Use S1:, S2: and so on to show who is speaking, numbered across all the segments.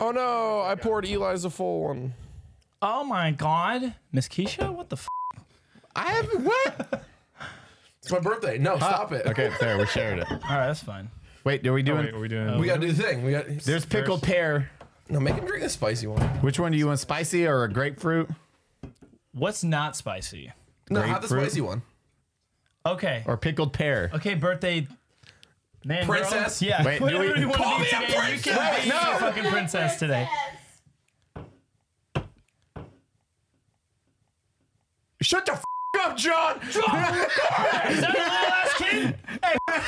S1: Oh no, I poured Eli's a full one.
S2: Oh my god, Miss Keisha, what the? F-
S1: I haven't what? it's my birthday. No, stop it.
S3: Ah, Okay, fair. We shared it.
S2: All right, that's fine.
S3: Wait, are we doing?
S4: Oh,
S3: Uh,
S4: Wait, are we doing?
S1: We gotta do the thing. We got to
S3: There's pickled pear.
S1: no make him drink the spicy one.
S3: Which one do you want, spicy or a grapefruit?
S2: What's not spicy?
S1: No, not the
S3: Grapefruit?
S1: spicy one.
S2: Okay.
S3: Or pickled pear?
S2: Okay, birthday. Man, girl.
S1: Princess?
S2: Yeah.
S3: Wait,
S2: whatever
S3: do we-
S2: you want
S1: Call
S2: to
S1: me
S2: be
S1: a
S2: today, you can
S1: princess!
S2: be a fucking princess today.
S3: Shut the f- up, John.
S2: Is that the last kid?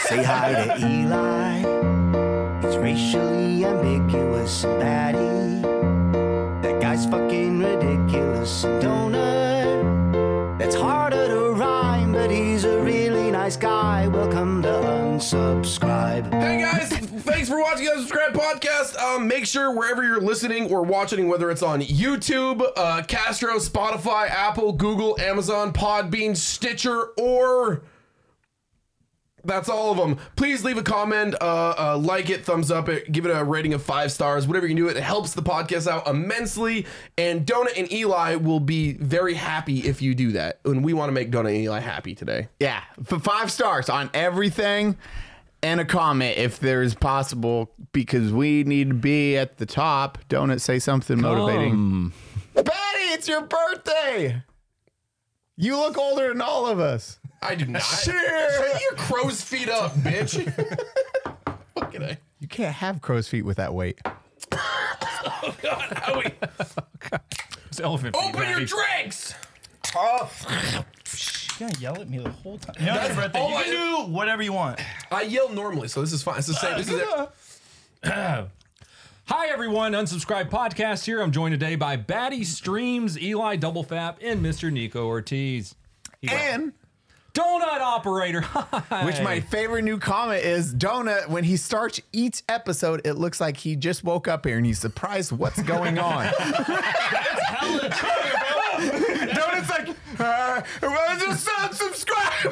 S5: Say hi to Eli. He's racially ambiguous and batty. That guy's fucking ridiculous and donut. That's harder to rhyme, but he's a really nice guy. Welcome to unsubscribe.
S1: Hey guys, thanks for watching the Unsubscribe podcast. Um, make sure wherever you're listening or watching, whether it's on YouTube, uh, Castro, Spotify, Apple, Google, Amazon, Podbean, Stitcher, or that's all of them. Please leave a comment, uh, uh, like it, thumbs up it, give it a rating of five stars, whatever you can do. It helps the podcast out immensely. And Donut and Eli will be very happy if you do that. And we want to make Donut and Eli happy today.
S3: Yeah, for five stars on everything, and a comment if there is possible, because we need to be at the top. Don't it say something motivating? Betty, it's your birthday. You look older than all of us.
S1: I do not. Shut your crow's feet up, bitch. Fucking A.
S3: You can't have crow's feet with that weight.
S4: It's elephant feet,
S1: Open your
S4: Maddie.
S1: drinks.
S2: You're gonna yell at me the whole time. You know, it's your birthday.
S1: all
S2: You can
S1: I-
S2: do whatever you want.
S1: I yell normally, so this is fine. It's the same. This is it.
S4: Hi everyone, Unsubscribe Podcast here. I'm joined today by Batty Streams, Eli Doublefap, and Mr. Nico Ortiz.
S3: And
S4: Donut operator.
S3: which my favorite new comment is Donut. When he starts each episode, it looks like he just woke up here and he's surprised what's going on. Donut's like, uh, well, just unsubscribe.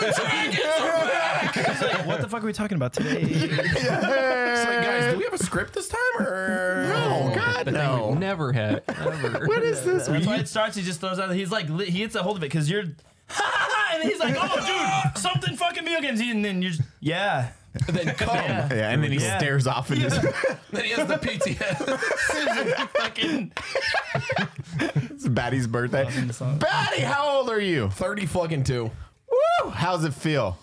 S2: It's like, what the fuck are we talking about today?
S1: It's like, guys, do we have a script this time? Or
S3: Oh God, no.
S4: Never had. Ever.
S3: What is this?
S2: That's why it starts. He just throws out. He's like, li- he gets a hold of it because you're. and he's like, oh, dude, something fucking video games. And then you're just, yeah.
S1: then come.
S3: Yeah, and then he
S2: Yeah.
S3: stares off and just
S1: then he has the PTS.
S2: fucking.
S3: it's Batty's birthday. Batty, how old are you?
S1: Thirty fucking two.
S3: Woo! How's it feel?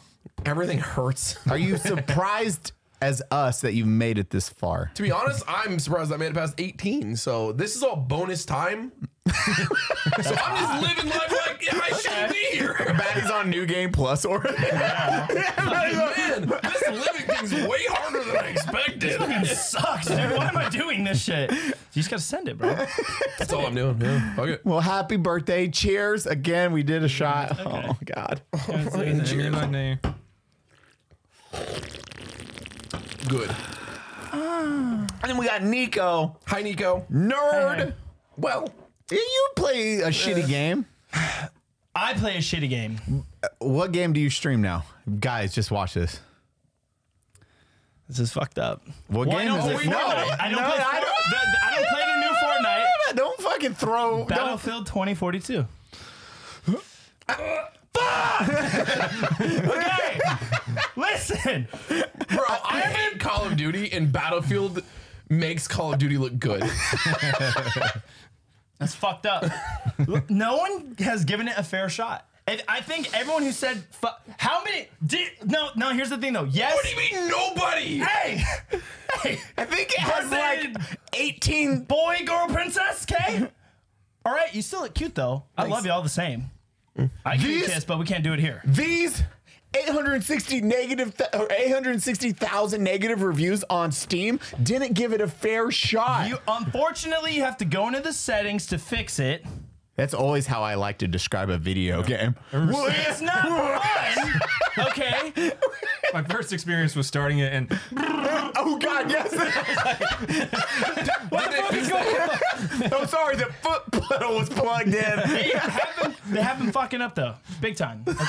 S1: Everything hurts.
S3: Are you surprised as us that you've made it this far?
S1: To be honest, I'm surprised I made it past 18. So this is all bonus time. so I'm just living life like yeah, I shouldn't be here.
S3: Batty's on New Game Plus or
S1: Man, this living thing's way harder than I expected.
S2: Sucks, dude. Why am I doing this shit? You just gotta send it, bro.
S1: That's all I'm doing. Yeah. Okay.
S3: Well, happy birthday. Cheers. Again, we did a shot. Oh God.
S1: Good.
S3: And then we got Nico.
S1: Hi, Nico.
S3: Nerd.
S1: Well,
S3: You play a shitty game.
S2: I play a shitty game.
S3: What game do you stream now? Guys, just watch this.
S2: This is fucked up.
S3: What
S2: Well, I
S3: game
S2: don't
S3: is
S2: play
S3: it?
S2: Fortnite. I don't play Fortnite.
S3: I don't-
S2: The- the- I don't play the new Fortnite.
S3: Don't fucking throw. Don't
S2: Battlefield 2042. okay, listen.
S1: bro, I am in Call of Duty, and Battlefield makes Call of Duty look good.
S2: That's fucked up. no one has given it a fair shot. And I think everyone who said fu- how many did no no. Here's the thing though. Yes.
S1: what do you mean nobody?
S2: Hey, hey.
S3: I think it has
S2: Listen.
S3: like 18.
S2: boy, girl, princess, okay? All right, you still look cute though. I love you all the same. I can
S3: These-
S2: kiss, but we can't do it here.
S3: These 860 negative th- or 860,000 negative reviews on Steam didn't give it a fair shot.
S2: You unfortunately you have to go into the settings to fix it.
S3: That's always how I like to describe a video game.
S2: It's not fun. Okay.
S4: My first experience was starting it, and
S3: Oh God, yes.
S1: Did they fix that?
S3: I'm sorry, the foot. pedal was plugged in.
S2: They have been, they have been fucking up though, big time. Okay,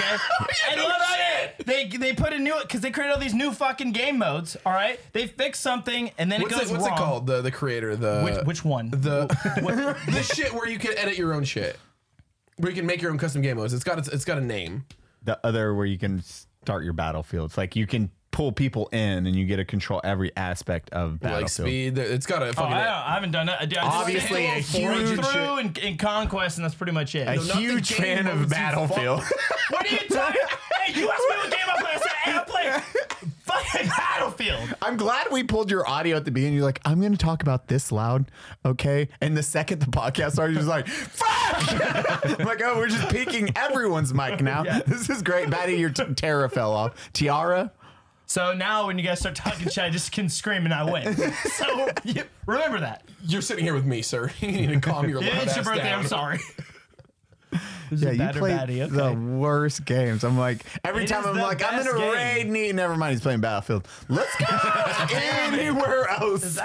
S2: I love it. They they put a new because they created all these new fucking game modes. All right, they fix something and then
S1: What's,
S2: it goes
S1: it, what's
S2: wrong.
S1: it called? The the creator, the
S2: Which, which one?
S1: the the shit where you can edit your own shit. Where you can make your own custom game modes. It's got it's, it's got a name.
S3: The other where you can start your battlefields. Like you can pull people in and you get to control every aspect of
S1: Like
S3: battlefield.
S1: speed. It's got a
S2: Oh,
S1: fucking
S2: I,
S1: name.
S2: don't, I haven't done that. I, I just
S3: Obviously
S2: did
S3: a
S2: Forge
S3: huge-
S2: through and, and conquest, and that's pretty much it.
S3: A
S1: not the
S3: huge
S1: game
S3: fan
S1: modes
S3: of
S1: you
S3: Battlefield.
S2: what are you talking? hey, you asked me what game I play. I said, hey, I play fucking Battlefield.
S3: I'm glad we pulled your audio at the beginning. You're like, I'm going to talk about this loud, okay? And the second the podcast started, you're just like, fuck! I'm like, oh, we're just peeking everyone's mic now. This is great. Batty, your t- Tara fell off. Tiara,
S2: So now when you guys start talking shit, I just can scream and I win. So you- remember that.
S1: You're sitting here with me, sir. You need to calm your
S2: Yeah,
S1: loud
S2: it's your
S1: ass
S2: birthday.
S1: down.
S2: I'm sorry. This
S3: yeah,
S2: is
S3: you
S2: bad or
S3: play
S2: baddie, okay.
S3: the worst games. I'm like, every
S2: It
S3: time
S2: is
S3: I'm
S2: the
S3: like, I'm
S2: best
S3: in a
S2: game.
S3: raid. Need never mind. He's playing Battlefield. Let's go anywhere else.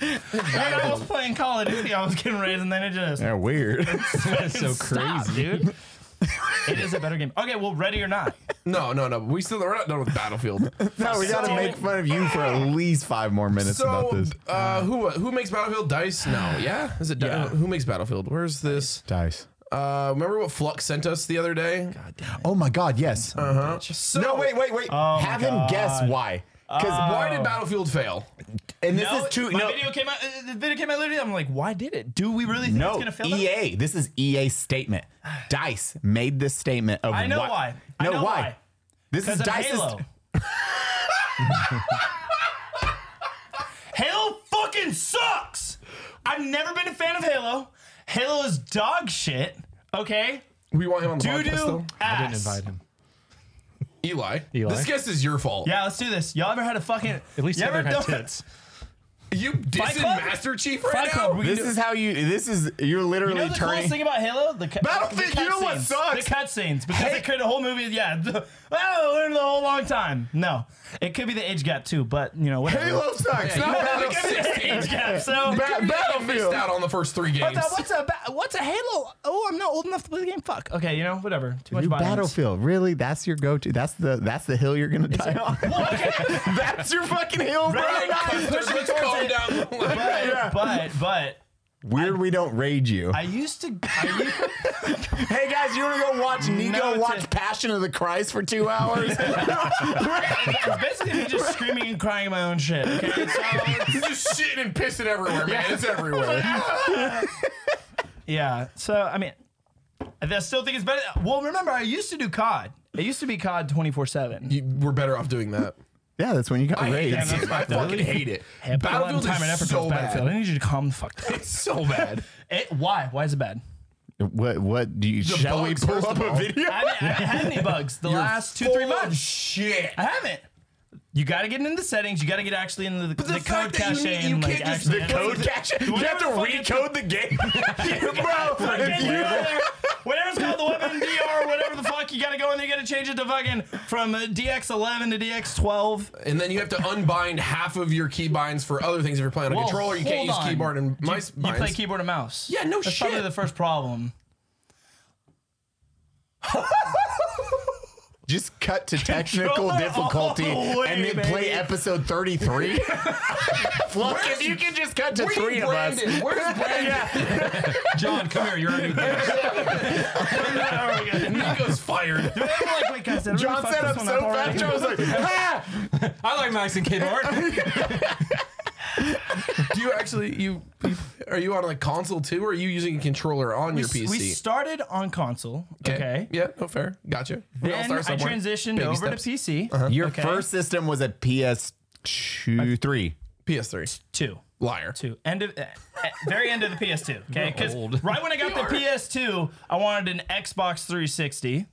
S2: Dude, I was playing Call of Duty. I was getting raised, and then it just
S3: They're weird.
S4: That's so
S2: stop,
S4: crazy.
S2: dude. it is a better game. Okay, well, ready or not?
S1: No, no, no. We still we're not done with Battlefield.
S3: no, we got to
S2: So-
S3: make fun of you for at least five more minutes about
S1: so,
S3: this.
S1: uh, who who makes Battlefield? Dice? No, yeah. Is it Di- Who makes Battlefield? Where's this?
S3: Dice.
S1: Uh, remember what Flux sent us the other day?
S3: Oh my God, yes.
S1: Uh-huh. So,
S3: No, wait, Oh. wait, wait.
S2: Oh my
S3: Have him guess
S2: God. Oh.
S3: why. Because
S1: Why did Battlefield fail?
S3: and this
S2: No,
S3: is too
S2: my
S3: no
S2: video came out. uh, The video came out literally. I'm like, why did it? Do we really think it's
S3: no
S2: gonna fail? that?
S3: EA. This is EA's statement. Dice made this statement of
S2: I know why. I
S3: No,
S2: know
S3: why?
S2: why.
S3: This is
S2: Because of
S3: Dice's.
S2: Halo. Halo fucking sucks. I've never been a fan of Halo. Halo is dog shit. Okay,
S1: We want him on the
S2: doo
S1: podcast,
S2: doo
S1: though.
S2: ass.
S4: I didn't invite him.
S1: Eli,
S4: Eli?
S1: this guess is your fault.
S2: Yeah, let's do this. Y'all ever had a fucking?
S4: At least
S2: you
S4: Heather
S2: ever
S4: had
S2: done-
S4: tits.
S1: You dissing
S2: Club?
S1: Master Chief right
S2: Fight
S1: now?
S2: Club, we
S3: This
S2: do-
S3: is how you. This is you're
S2: You
S3: literally
S2: know the
S3: turning.
S2: coolest thing about Halo? The cu-
S3: Battlefield,
S2: the
S3: you know what
S2: cutscenes.
S3: sucks?
S2: The cutscenes because they create a whole movie. Yeah, well, we're in the whole long time. No, it could be the age gap too, but you know whatever.
S3: Halo sucks.
S1: Yeah, you
S3: not
S1: know
S3: Halo
S1: the
S3: sucks.
S2: The age gap. So
S3: Ba-
S1: You missed
S3: Battlefield.
S1: out on the first three games.
S2: What's a, what's a ba- what's a Halo? Oh, I'm not old enough to play the game. Fuck. Okay, you know whatever. Too much
S3: New
S2: violence.
S3: Battlefield, really? That's your go-to. That's the that's the hill you're gonna die on. that's your fucking hill, bro.
S2: Right,
S1: Calm-
S2: push me
S1: let's
S2: towards
S1: calm down.
S2: it. But but but
S3: Weird, we don't raid you.
S2: I used to. I used,
S3: Hey guys, you want to go watch Nico
S2: Noted.
S3: watch Passion of the Christ for two hours?
S2: it's basically me just screaming and crying my own shit. Okay, so
S1: He's just shitting and pissing everywhere, man. It's everywhere.
S2: Yeah. So I mean, I still think it's better. Well, remember I used to do COD. It used to be COD twenty four seven.
S1: You- we're better off doing that.
S3: yeah, that's when you got
S1: I hate
S3: raids.
S1: that. game. I fucking hate it. Battlefield is so
S2: I
S1: bad.
S2: need you to calm the fuck down.
S1: It's so bad.
S2: It, why? Why is it bad?
S3: What? What do you? shall
S1: bugs,
S3: we
S1: first
S3: pull up
S1: of all.
S3: a video?
S2: I haven't, I haven't had any bugs the last two
S1: Full
S2: three
S1: of
S2: months.
S1: Shit.
S2: I haven't. You got to get into the settings. You got to get actually into the, the, code cache and like actually.
S1: the
S2: understand-
S1: code cache.
S3: You have to
S2: Whatever the
S3: recode the game, bro.
S2: Fucking
S3: If
S2: do
S3: you,
S2: it. Whatever's called the weapon DR, whatever the fuck, you gotta go in there, you gotta change it to fucking from uh, DX11 to DX12.
S1: And then you have to unbind half of your keybinds for other things. If you're playing on a
S2: Well,
S1: controller, you can't
S2: hold
S1: use
S2: on.
S1: keyboard and mice.
S2: You play
S1: binds.
S2: keyboard and mouse.
S1: Yeah, no
S2: That's
S1: shit.
S2: probably the first problem.
S3: just cut to technical
S2: Controller
S3: difficulty
S2: all the way,
S3: and then
S2: baby.
S3: play episode thirty-three. Look, if you can just cut to
S1: Where's
S3: three of us.
S1: Brandon? Where's Brandon?
S4: John, come here. You're our new guest.
S1: Nico's fired.
S2: like, wait, guys, did I really
S3: John
S2: fuck
S3: set
S2: this
S3: up
S2: one
S3: so
S2: already?
S3: fast, I was like, ah!
S4: I like Max and Kid Hart.
S1: Do you actually you, you are you on a console too, or are you using a controller on your PC?
S2: We started on console, okay?
S1: Yeah. No fair. Gotcha. We all
S2: Then I
S1: start somewhere.
S2: transitioned
S1: Baby
S2: over
S1: steps.
S2: to PC.
S3: Your
S2: Okay.
S3: first system was a PS2, three.
S1: PS3.
S2: Two.
S1: Liar.
S2: Two. End of, uh, uh, very end of the PS2, okay?
S4: We're old.
S2: Because right when I got the PS2, I wanted an Xbox 360.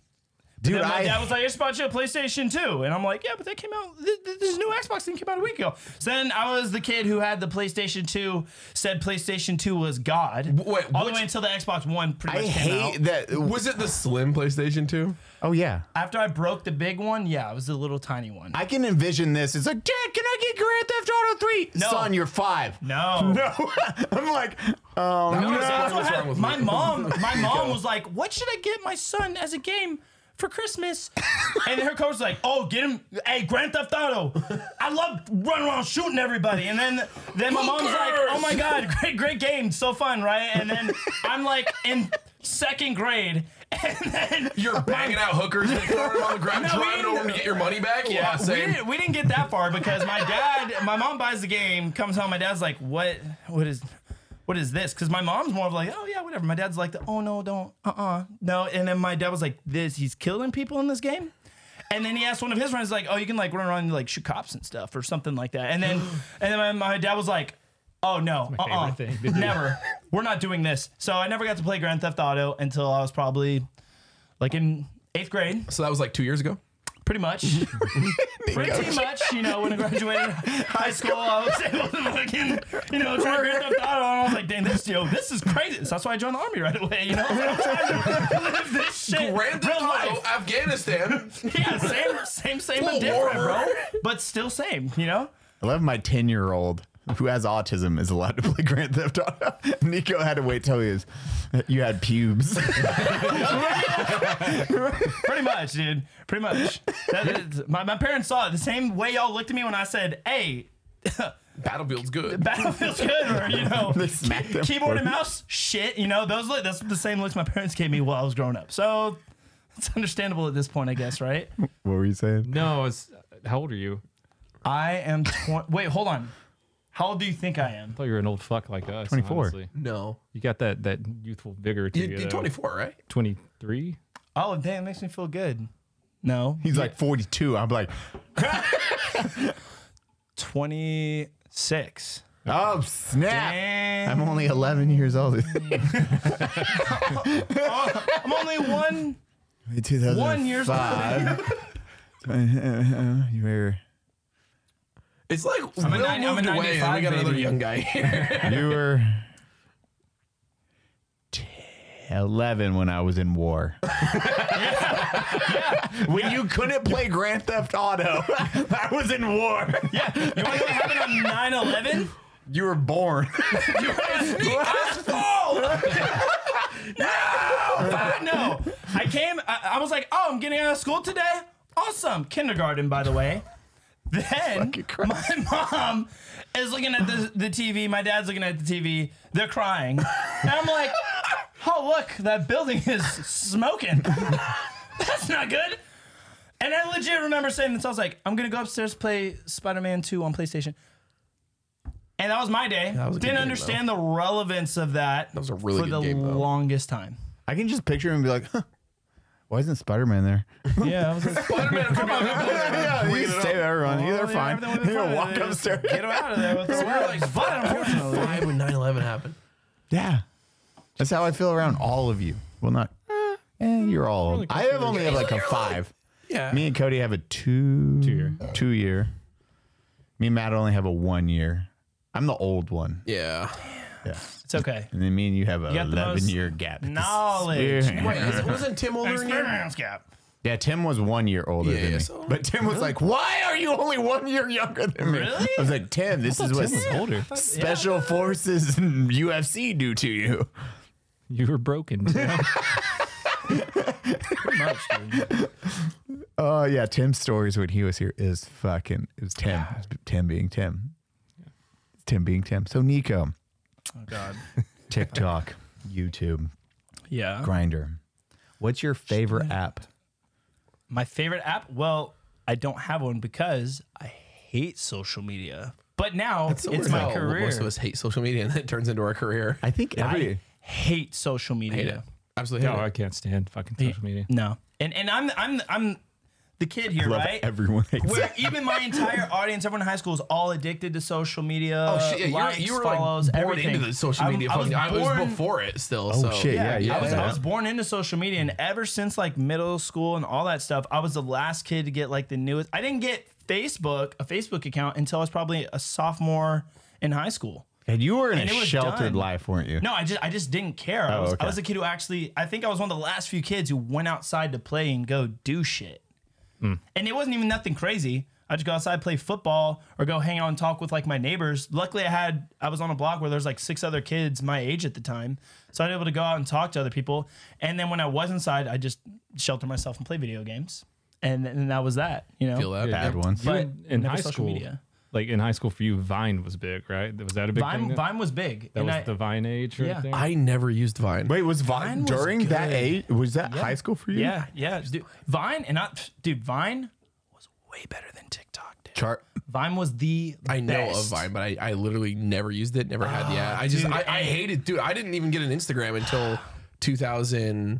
S3: Dude,
S2: then my
S3: I-
S2: dad was like, I just bought you a PlayStation 2. And I'm like, yeah, but that came out, th- th- this new Xbox thing came out a week ago. So then I was the kid who had the PlayStation 2, said PlayStation 2 was God.
S1: wait,
S2: all the
S1: which-
S2: way until the Xbox One pretty
S3: I
S2: much came out.
S3: hate that.
S1: Was it the slim PlayStation 2?
S3: Oh yeah,
S2: After I broke the big one, yeah, it was the little tiny one.
S3: I can envision this. It's like, Dad, can I get Grand Theft Auto Three?
S2: No.
S3: Son, you're five.
S2: no.
S3: No, I'm like,
S1: That
S3: um,
S1: was-
S2: No,
S1: that
S2: that's what
S1: was wrong
S2: happened.
S1: with
S2: my
S1: me.
S2: mom, my mom was like, "What should I get my son as a game for Christmas?" and her coach was like, "Oh, get him a Grand Theft Auto. I love running around shooting everybody." And then, then my mom's like, "Oh my god, great, great game, so fun, right?" And then I'm like in second grade, and then
S1: You're banging out hookers and throwing them on the ground,
S2: No, we
S1: driving
S2: didn't-
S1: over them to get your money back? Yeah,
S2: yeah, we
S1: same.
S2: didn't, we didn't get that far because my dad, my mom buys the game, comes home, my dad's like, what, what is, what is this? Because my mom's more of like, oh yeah, whatever. My dad's like, oh no, don't, uh, uh no. And then my dad was like, this, he's killing people in this game. And then he asked one of his friends, like, oh, you can like run around and like shoot cops and stuff or something like that. And then, and then my, my dad was like. Oh no! Uh-uh.
S4: favorite thing
S2: Never. We're not doing this. So I never got to play Grand Theft Auto until I was probably like in eighth grade
S1: So that was like two years ago?
S2: pretty much. pretty much, you know, when I graduated high school, I was able to fucking, you know, try Grand Theft Auto, and I was like, dang, this, yo, this is crazy. So that's why I joined the army right away, you know? I'm trying to live this shit.
S1: Grand Theft
S2: real
S1: Auto,
S2: life.
S1: Afghanistan.
S2: Yeah, same, same, same,
S1: Cold
S2: but different,
S1: War.
S2: bro. But still same, you know?
S3: I love my ten year old who has autism is allowed to play Grand Theft Auto. Nico had to wait till he was, you had pubes.
S2: Pretty much, dude. Pretty much. That is, my, my parents saw it the same way y'all looked at me when I said, hey,
S1: Battlefield's good.
S2: Battlefield's good, or you know,
S3: smacked him.
S2: keyboard and mouse shit. You know, those look. That's the same looks my parents gave me while I was growing up. So it's understandable at this point, I guess, right?
S3: what were you saying?
S4: No, it's how old are you?
S2: I am. Tw- wait, hold on. How old do you think I am?
S4: I thought you were an old fuck like us.
S3: 24.
S4: honestly.
S1: No.
S4: You got that that youthful vigor to
S1: You,
S4: you.
S1: you're
S4: though.
S1: 24, right?
S4: 23?
S2: Oh, damn, makes me feel good. No,
S3: He's like 42. I'm like,
S2: twenty six.
S3: oh snap!
S2: I'm,
S3: I'm only 11 years old.
S2: I'm only one. One year's
S3: old. you were
S1: It's like Will
S2: a nine- I'm a
S1: moved away and we
S2: 95
S1: got another
S2: baby.
S1: young guy here.
S3: you were t- 11 when I was in war. When you couldn't play Grand Theft Auto, I was in war.
S2: Yeah, you want to know what happened on 9/11?
S3: You were born.
S2: I know. I came. I, I was like, oh, I'm getting out of school today. Awesome. Kindergarten, by the way. Then my mom is looking at the, the TV. My dad's looking at the TV. They're crying, and I'm like, oh look, that building is smoking. That's not good. And I legit remember saying this. I was like, I'm gonna go upstairs play Spider-Man 2 on PlayStation. And that was my
S1: was a
S2: day.
S1: good
S2: Didn't
S1: game,
S2: understand the relevance of that. That
S1: was a really
S2: for
S1: good
S2: the
S1: game, though.
S2: longest time.
S3: I can just picture him and be like, huh, why isn't Spider Man there?
S2: Yeah, I was like,
S1: Spider-Man could be on that plane.
S3: yeah, you save everyone. They're fine. They're walk upstairs.
S2: Get him out of there with the
S1: We were like
S2: worms. But unfortunately,
S1: five when 9-11 happened.
S3: Yeah. That's how I feel around all of you. Well, not. Eh, you're all old. I have only have like a five.
S1: Yeah.
S3: Me and Cody have a two two
S4: year.
S3: Two year. Me and Matt only have a one year. I'm the old one.
S1: Yeah.
S3: Yeah.
S2: it's okay.
S3: And then me and you have a
S2: got the
S3: 11
S2: most
S3: year gap. This is
S2: knowledge.
S3: weird.
S1: Wait, is, wasn't Tim older than you?
S2: Experience gap.
S3: Yeah, Tim was one year older
S1: Yeah,
S3: than
S1: yeah,
S3: me.
S1: so-
S3: but Tim was like, "Why are you only one year younger than me?"
S2: Really?
S3: I was like, "Tim, this is what
S4: Tim was older.
S3: special forces and UFC do to you."
S4: You were broken. Tim.
S3: Oh yeah, Tim's stories when he was here is fucking. It was Tim. It was Tim being Tim. Tim being Tim. So Nico,
S2: Oh God.
S3: TikTok, YouTube,
S2: Yeah.
S3: Grinder. What's your favorite app?
S2: My favorite app? Well, I don't have one because I hate social media. But now it's my career.
S1: Most of us hate social media and it turns into our career.
S3: I think
S2: I
S3: every.
S2: hate social media.
S1: Absolutely
S4: no,
S1: hate it.
S4: I can't stand fucking social media.
S2: No. And and I'm I'm I'm the kid here,
S6: Love
S2: right?
S6: everyone hates
S2: Where
S6: that.
S2: even my entire audience, everyone in high school is all addicted to social media.
S1: Oh shit! Yeah, you were-
S2: likes,
S1: you were like
S2: follows,
S1: born
S2: everything.
S1: into the social
S2: I'm-
S1: media.
S2: I was,
S1: fucking- I was,
S2: born-
S1: before it still.
S6: Oh
S1: so.
S6: shit! Yeah, yeah.
S2: I was, I was born into social media, and ever since like middle school and all that stuff, I was the last kid to get like the newest. I didn't get Facebook, a Facebook account, until I was probably a sophomore in high school.
S3: And you were in
S2: And
S3: a
S2: it was
S3: sheltered
S2: done.
S3: life, weren't you?
S2: No, I just I just didn't care. I, was,
S3: okay.
S2: I was a kid who actually I think I was one of the last few kids who went outside to play and go do shit. And it wasn't even nothing crazy. I just go outside, play football, or go hang out and talk with like my neighbors. Luckily, I had I was on a block where there's like six other kids my age at the time, so I was able to go out and talk to other people. And then when I was inside, I just shelter myself and play video games, and and that was that. You know,
S1: Feel that?
S3: Bad ones.
S4: You
S2: But
S4: in- in
S2: never
S4: high
S2: social
S4: school,
S2: media.
S4: like in high school for you, Vine was big, right? Was that a big thing?
S2: Vine,
S4: then?
S2: Vine was big.
S4: that
S2: and
S4: was
S2: I-
S4: the Vine age,
S2: Yeah.
S4: right there.
S1: I never used Vine.
S3: Wait, was Vine,
S2: Vine was
S3: during that
S2: good.
S3: age? Was that high school for you?
S2: Yeah, yeah. Dude, Vine and I, dude, Vine was way better than TikTok. Dude.
S1: Chart.
S2: Vine was the
S1: I know
S2: best. Ah,
S1: of Vine, but I, I literally never used it. Never had the app. I just
S2: dude,
S1: I, I
S2: and-
S1: hated, dude. I didn't even get an Instagram until 2018,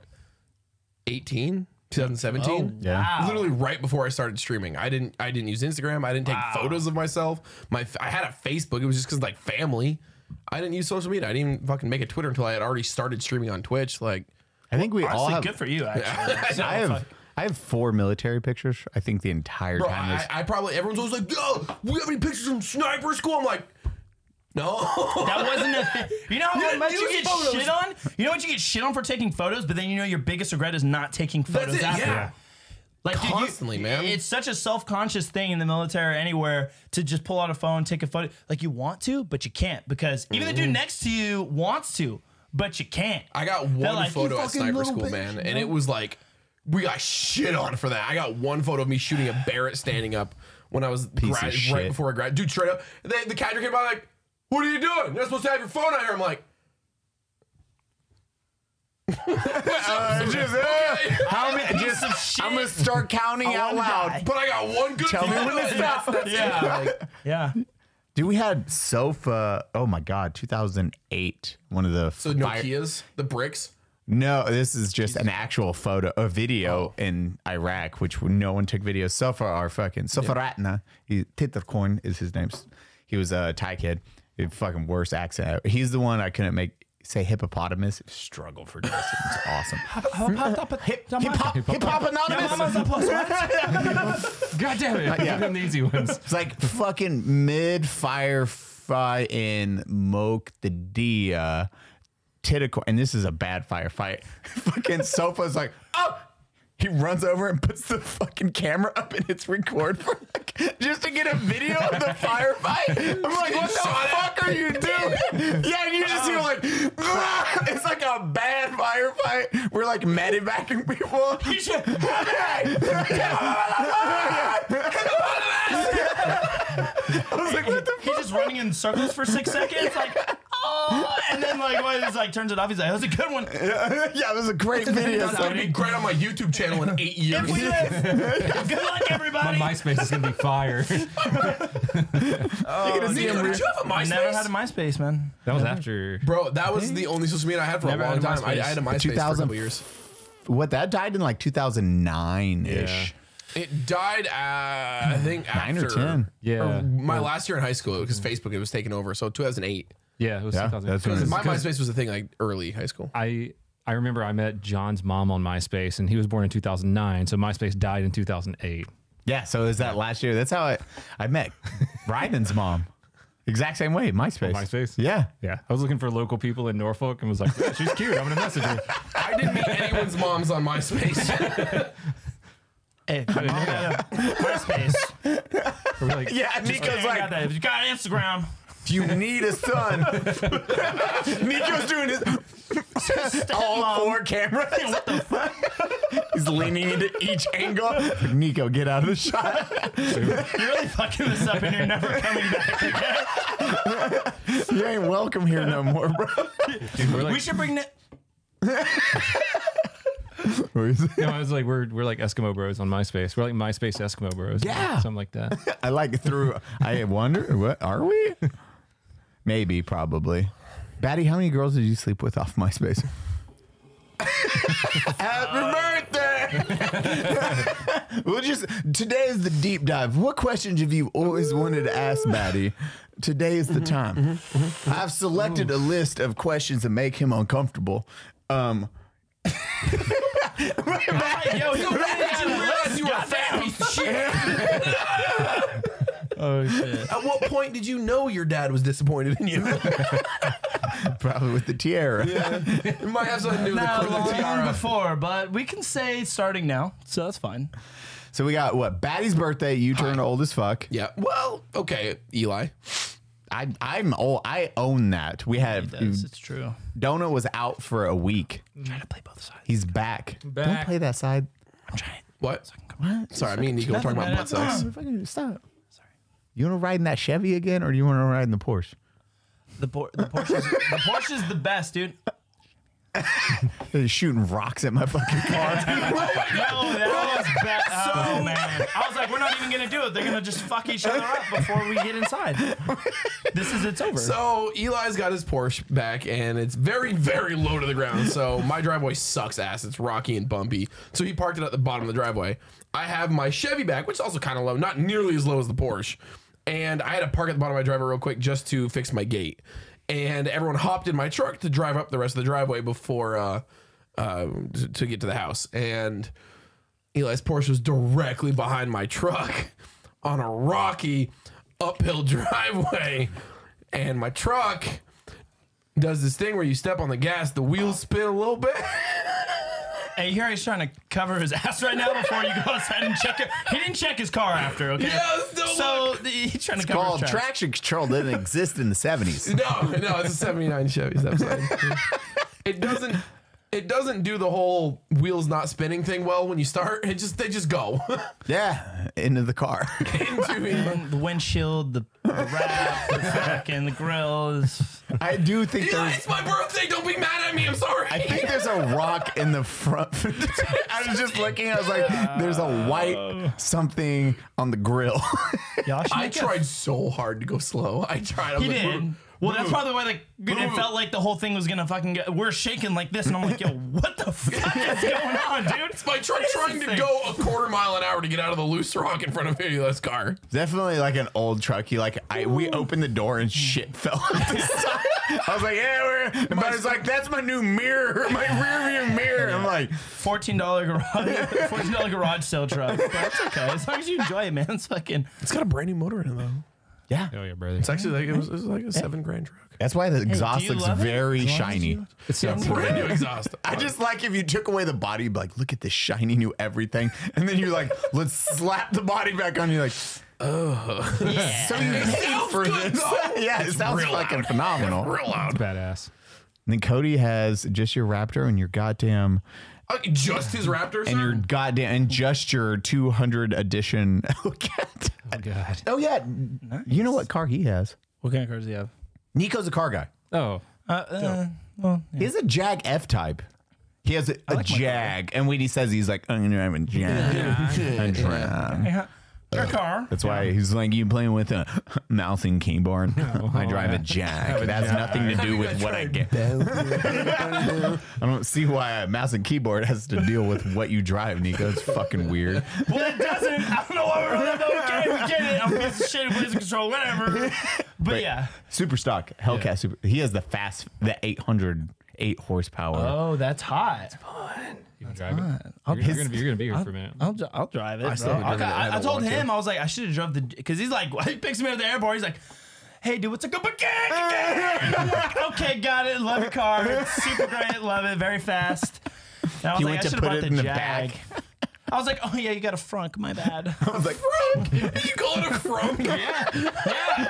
S1: 2017.
S3: Yeah.
S2: Oh, Wow.
S1: Literally right before I started streaming, I didn't I didn't use Instagram. I didn't take photos of myself. My f- I had a Facebook. It was just because like family. I didn't use social media. I didn't even fucking make a Twitter until I had already started streaming on Twitch. Like
S3: I think we all
S2: Honestly,
S3: have.
S2: good for you. Actually, So,
S3: I have. I have four military pictures. I think the entire
S1: Bro,
S3: time.
S1: I,
S3: is,
S1: I probably everyone's always like, "Yo, we have any pictures from sniper school?" I'm like, "No."
S2: that wasn't a thing. You know how
S1: didn't
S2: much you
S1: use
S2: get
S1: photos.
S2: shit on. You know what you get shit on for taking photos, but then you know your biggest regret is not taking photos
S1: That's it.
S2: after.
S1: Yeah.
S2: Like dude, you-
S1: Constantly, man.
S2: It's such a self-conscious thing in the military or anywhere to just pull out a phone, take a photo. Like you want to, but you can't because even the dude next to you wants to, but you can't.
S1: Mm-hmm. I got
S2: They're
S1: one
S2: like, "You
S1: photo at
S2: fucking
S1: sniper
S2: little
S1: school,
S2: bitch,
S1: man,
S2: you
S1: and
S2: know?
S1: it was like we got shit on for that. I got one photo of me shooting a Barrett standing up when I was
S3: of
S1: grad, right
S3: shit.
S1: before I grad. Dude, straight up, they, the cadre came by like, "What are you doing? You're not supposed to have your phone out here." I'm like,
S3: Uh, just, uh, how many? Just, I'm gonna start counting out
S2: wanna
S3: loud.
S2: die.
S1: "But I got one good
S3: Tell me
S1: photo."
S3: when to
S1: That's- that's-
S2: Yeah. yeah.
S3: Dude, we had sofa. Oh my god, 2008. One of the
S1: So
S3: fire-
S1: Nokia's, the bricks.
S3: No, this is just an actual photo, a video in Iraq, which no one took video. Sofa, our fucking Sofaratna, he Titterkorn is his name. He was a Thai kid, He had fucking worst accent. ever. He's the one I couldn't make say hippopotamus. Struggle for days. It's awesome. Hip hop, hip hop anonymous.
S4: God damn it!
S2: Uh,
S4: Give them the easy ones.
S3: It's like fucking mid firefight in Mokdadia. Titico, and this is a bad firefight. fucking Sofa's like, oh! He runs over and puts the fucking camera up and hits record for like, just to get a video of the firefight. I'm like, what the fuck are you doing? Yeah, and you just hear like, "Ah!" it's like a bad firefight. We're like medevacing people. You I was like, what the
S2: He's just running in circles for six seconds, like, oh, and then like, well, he's like, turns it off. He's like, that was a good one.
S3: Yeah, it was a great video.
S1: That's gonna be great on my YouTube channel in eight years.
S2: If we live, good luck, everybody.
S4: MySpace is gonna be fire. that
S3: You're gonna see
S1: Nico,
S3: him
S1: did you have a MySpace?
S2: Never had a MySpace, man.
S4: was after.
S1: Bro, that was the only social media I had for
S2: Never
S1: a long
S2: had a
S1: time. I, I had a MySpace for a
S3: 2000
S1: couple years.
S3: What that died in like 2009 ish.
S1: It died, uh, I think, after.
S3: Nine or 10.
S4: Yeah.
S1: or my last year in high school because Facebook it was taken over. So 2008.
S4: Yeah, it was
S3: Yeah,
S4: 2000.
S3: that's
S2: Mm.
S3: when it-
S1: My MySpace was a thing like early high school.
S4: I I remember I met John's mom on MySpace, and he was born in 2009, so MySpace died in 2008.
S3: Yeah, so is that last year? That's how I, I met Ryden's mom. Exact same way, MySpace.
S4: MySpace?
S3: Yeah.
S4: Yeah, I was looking for local people in Norfolk and was like, "Yeah, she's cute. I'm gonna message her.
S1: I didn't meet anyone's moms on MySpace.
S2: Hey, if you got a MySpace.
S4: We're like,
S3: Yeah,
S2: If
S3: Nico's
S2: you got that, if you got Instagram,
S3: you need a son. Nico's doing his all four cameras. What the fuck? He's leaning into each angle. Nico, get out of the shot.
S2: you're really fucking this up, and you're never coming back. okay?
S3: You ain't welcome here no more, bro.
S4: we're
S2: We
S4: like
S2: should bring that.
S3: Where is it?
S4: no, I was like, we're we're like Eskimo Bros on MySpace. We're like MySpace Eskimo Bros.
S3: Yeah.
S4: something like that.
S3: I like through. I wonder what are we? Maybe, probably. Batty, how many girls did you sleep with off MySpace? Happy birthday! We'll just today is the deep dive. What questions have you always wanted to ask Batty? Today is the time. I've selected a list of questions that make him uncomfortable. Um,
S2: Yo, you really got a
S1: realize you were a fat piece of shit.
S2: Oh shit.
S1: At what point did you know your dad was disappointed in you?
S3: probably with the tiara.
S1: it might have something to do with the,
S2: Not
S1: with the
S2: long
S1: tiara.
S2: before, but we can say starting now, so that's fine.
S3: So we got what? Batty's birthday. You turn old as fuck.
S1: Yeah. Well, okay, Eli.
S3: I, I'm old. I own that. We have
S2: it's true.
S3: Donut was out for a week.
S2: trying to play both sides.
S3: He's back. Don't
S4: Back.
S3: play that side.
S2: I'm trying.
S1: What?
S3: What?
S1: Sorry, me and Nico were talking about butt sex.
S3: Fucking Stop. You want to ride in that Chevy again, or do you want to ride in the Porsche?
S2: The, por- the Porsche's the Porsche's the best, dude.
S3: They're shooting rocks at my fucking car.
S2: No, that was bad. Oh man, I was like, we're not even gonna do it. They're gonna just fuck each other up before we get inside. This is it's over.
S1: So Eli's got his Porsche back, and it's very, very low to the ground. So my driveway sucks ass. It's rocky and bumpy. So he parked it at the bottom of the driveway. I have my Chevy back, which is also kind of low, not nearly as low as the Porsche. And I had to park at the bottom of my driveway real quick just to fix my gate. And everyone hopped in my truck to drive up the rest of the driveway before uh, uh, to- to get to the house. And Eli's Porsche was directly behind my truck on a rocky uphill driveway. And my truck does this thing where you step on the gas, the wheels spin a little bit.
S2: hey, here he's trying to cover his ass right now before you go outside and check it. He didn't check his car after, okay?
S1: Yeah, it's still
S2: so the, he's trying to cover
S3: Called
S2: his tracks.
S3: traction control didn't exist in the 70s.
S1: No, no, it's a 79 Chevy step sign. It doesn't it doesn't do the whole wheels not spinning thing well when you start. It just they just go.
S3: Yeah, into the car.
S1: Into
S2: The windshield, the, the wrap, the fucking the grill. Is,
S3: I do think
S1: Eli,
S3: there's.
S1: it's my birthday. Don't be mad at me. I'm sorry.
S3: I think there's a rock in the front. I was just looking. I was like, "There's a white something on the grill."
S2: y'all should
S1: I
S2: make a-
S1: tried so hard to go slow. I tried. I was
S2: He
S1: like,
S2: did. Well, that's probably why like it felt like the whole thing was gonna fucking go. We're shaking like this, and I'm like, yo, what the fuck is going on, dude? It's
S1: My truck trying to go a quarter mile an hour to get out of the loose rock in front of Eli's car.
S3: Definitely like an old truck. You like, I we opened the door and shit fell out the side. I was like, "Yeah, we're." And Buddy's like, "That's my new mirror, my rear view mirror." I'm like,
S2: Fourteen dollar garage, fourteen dollar garage sale truck. But it's okay as long as you enjoy it, man. It's fucking.
S1: It's got a brand new motor in it though.
S4: Oh yeah, brother. It's
S1: Actually, like it was, it was like a seven grand truck.
S3: "That's why the exhaust
S2: you
S3: looks
S2: love it?
S3: very shiny."
S1: Brand new exhaust.
S3: I just like if you took away the body, you'd be like, "Look at this shiny new everything," and then you like, "Let's slap the body back on." You're like,
S2: Yeah.
S3: "So you paid for
S1: good,
S3: this?"
S1: though.
S3: yeah, it sounds
S1: real
S3: fucking
S1: loud.
S3: phenomenal.
S1: real loud.
S4: badass.
S3: And then Cody has just your Raptor and your goddamn
S1: Uh, just his Raptor.
S3: and your goddamn and just your 200 edition. Hellcat.
S4: Oh god.
S3: Oh yeah, you know what car he has?
S2: What kind of cars do you have?
S3: Nico's a car guy.
S4: Oh.
S2: Uh, uh,
S3: He has a Jag F type. He has a, a Jag, and when he says he's like, I'm gonna have a Jag, a Dram."
S2: yeah. your car.
S3: That's why he's like, you playing with a mouse and keyboard. I drive a Jag. That has nothing to do with what I get. I don't see why a mouse and keyboard has to deal with what you drive, Nico. It's fucking weird.
S2: Well, it doesn't. I don't know why we're on that. but Okay, we get it. I'm a piece of shit. Where's the control? Whatever. But
S3: Right.
S2: yeah.
S3: Super stock Hellcat. Super. He has the fast, the 800, eight horsepower.
S2: Oh, that's hot.
S4: You can drive it. You're, you're gonna be you're gonna be here for a minute.
S2: I'll, dri- I'll drive it. bro.
S1: still haven't
S2: I'll- I,
S1: driven it. I
S2: I
S1: haven't
S2: told
S1: wanted to.
S2: him, I was like, I should have drove the. Because he's like, he picks me up at the airport. He's like, hey, dude, what's a good I'm like, okay, got it. Love your car. It's super great. Love it. Very fast. And I was
S3: He
S2: like,
S3: went
S2: I
S3: to
S2: should have
S3: put
S2: bought
S3: it
S2: the
S3: in the
S2: Jag.
S3: back.
S2: I was like, oh, yeah, you got a frunk. My bad.
S3: I was like,
S1: you call it a frunk?
S2: yeah. Yeah.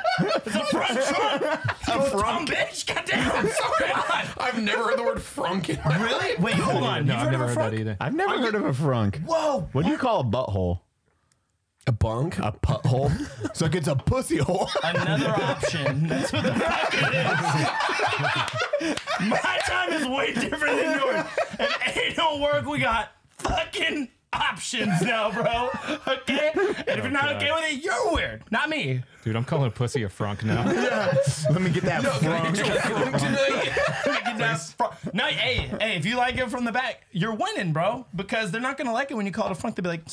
S2: It's a frunk trunk. A frunk. Oh, Bitch. Goddamn. I'm sorry.
S1: I've never heard the word frunk in my
S2: Really? Wait, hold on.
S4: no,
S2: You've
S4: I've
S2: heard
S4: never
S2: of a
S4: heard
S2: frunk?
S4: that either.
S3: I've never heard of a frunk.
S2: Whoa.
S3: What do you call a butthole?
S1: A bunk?
S3: A putthole? it's like it's a pussy hole.
S2: Another option. That's what the fuck it is. My time is way different than yours. If ain't no work, we got fucking options now, bro. Okay? And if you're
S3: Oh,
S2: not okay with it, you're weird. Not me.
S4: Dude, I'm calling pussy a frunk now.
S3: Let me get that
S1: Frunk tonight.
S2: Get that fr- No, hey, hey, if you like it from the back, you're winning, bro. Because they're not gonna like it when you call it a front. They'll be like,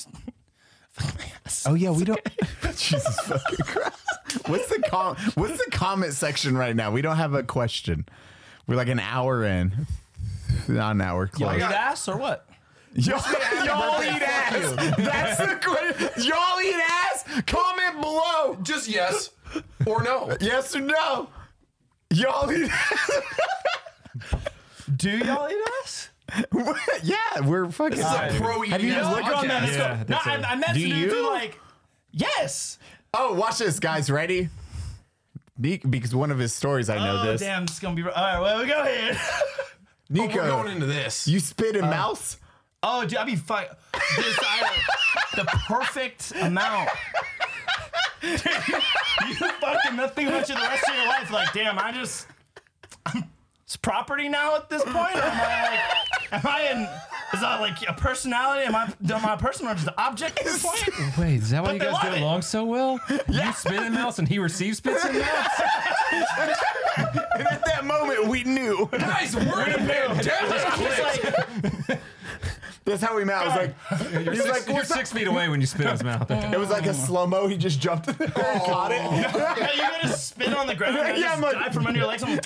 S2: "Fuck my ass."
S3: Oh yeah, we don't. Jesus fucking Christ! What's the com- What's the comment section right now? We don't have a question. We're like an hour in, not an hour
S2: Y'all
S3: close.
S2: eat ass or what?
S3: Y'all, y'all eat ass. That's the question. Y'all eat ass. Comment below.
S1: Just yes or no.
S3: Yes or no. Y'all eat. ass.
S2: Do y'all eat ass?
S3: yeah, we're fucking.
S1: It's a pro
S3: Have you guys
S2: Look
S3: looked
S2: on that. Let's
S4: Yeah,
S2: go. No,
S4: that's
S2: I,
S4: it.
S2: I messaged
S3: Do
S2: him
S3: you?
S2: too, like, yes.
S3: Oh, watch this, guys. Ready? Nick, because one of his stories, I know
S2: oh
S3: this.
S2: damn, this is gonna be. All right, well we go here.
S1: We're going
S3: Nico,
S1: into this.
S3: you spit in mouse.
S2: Oh, dude, I'd be fine. This I, the perfect amount. Dude, you fucking nothing about you the rest of your life. Like, damn, I just it's property now at this point. Or am I like, am I in? Is that like a personality? Am I am I a person or just an object at this point?
S4: Wait, is that why
S2: But
S4: you
S2: they
S4: guys
S2: love
S4: get
S2: it.
S4: along so well? You spit in mouse and he receives spits in mouse?
S3: At that moment, we knew.
S1: guys, we're in a pandemic.
S2: It's like,
S3: That's how we met. I was like,
S4: You're,
S3: He's
S4: six,
S3: like,
S4: you're
S3: "What's
S4: six feet away when you spit in his mouth.
S3: it was like a slow mo. He just jumped in there and caught it.
S2: yeah, you're gonna spin on the ground and
S3: Yeah,
S2: yeah,
S3: I'm
S2: just
S3: like-
S2: dive from under your legs. I'm like,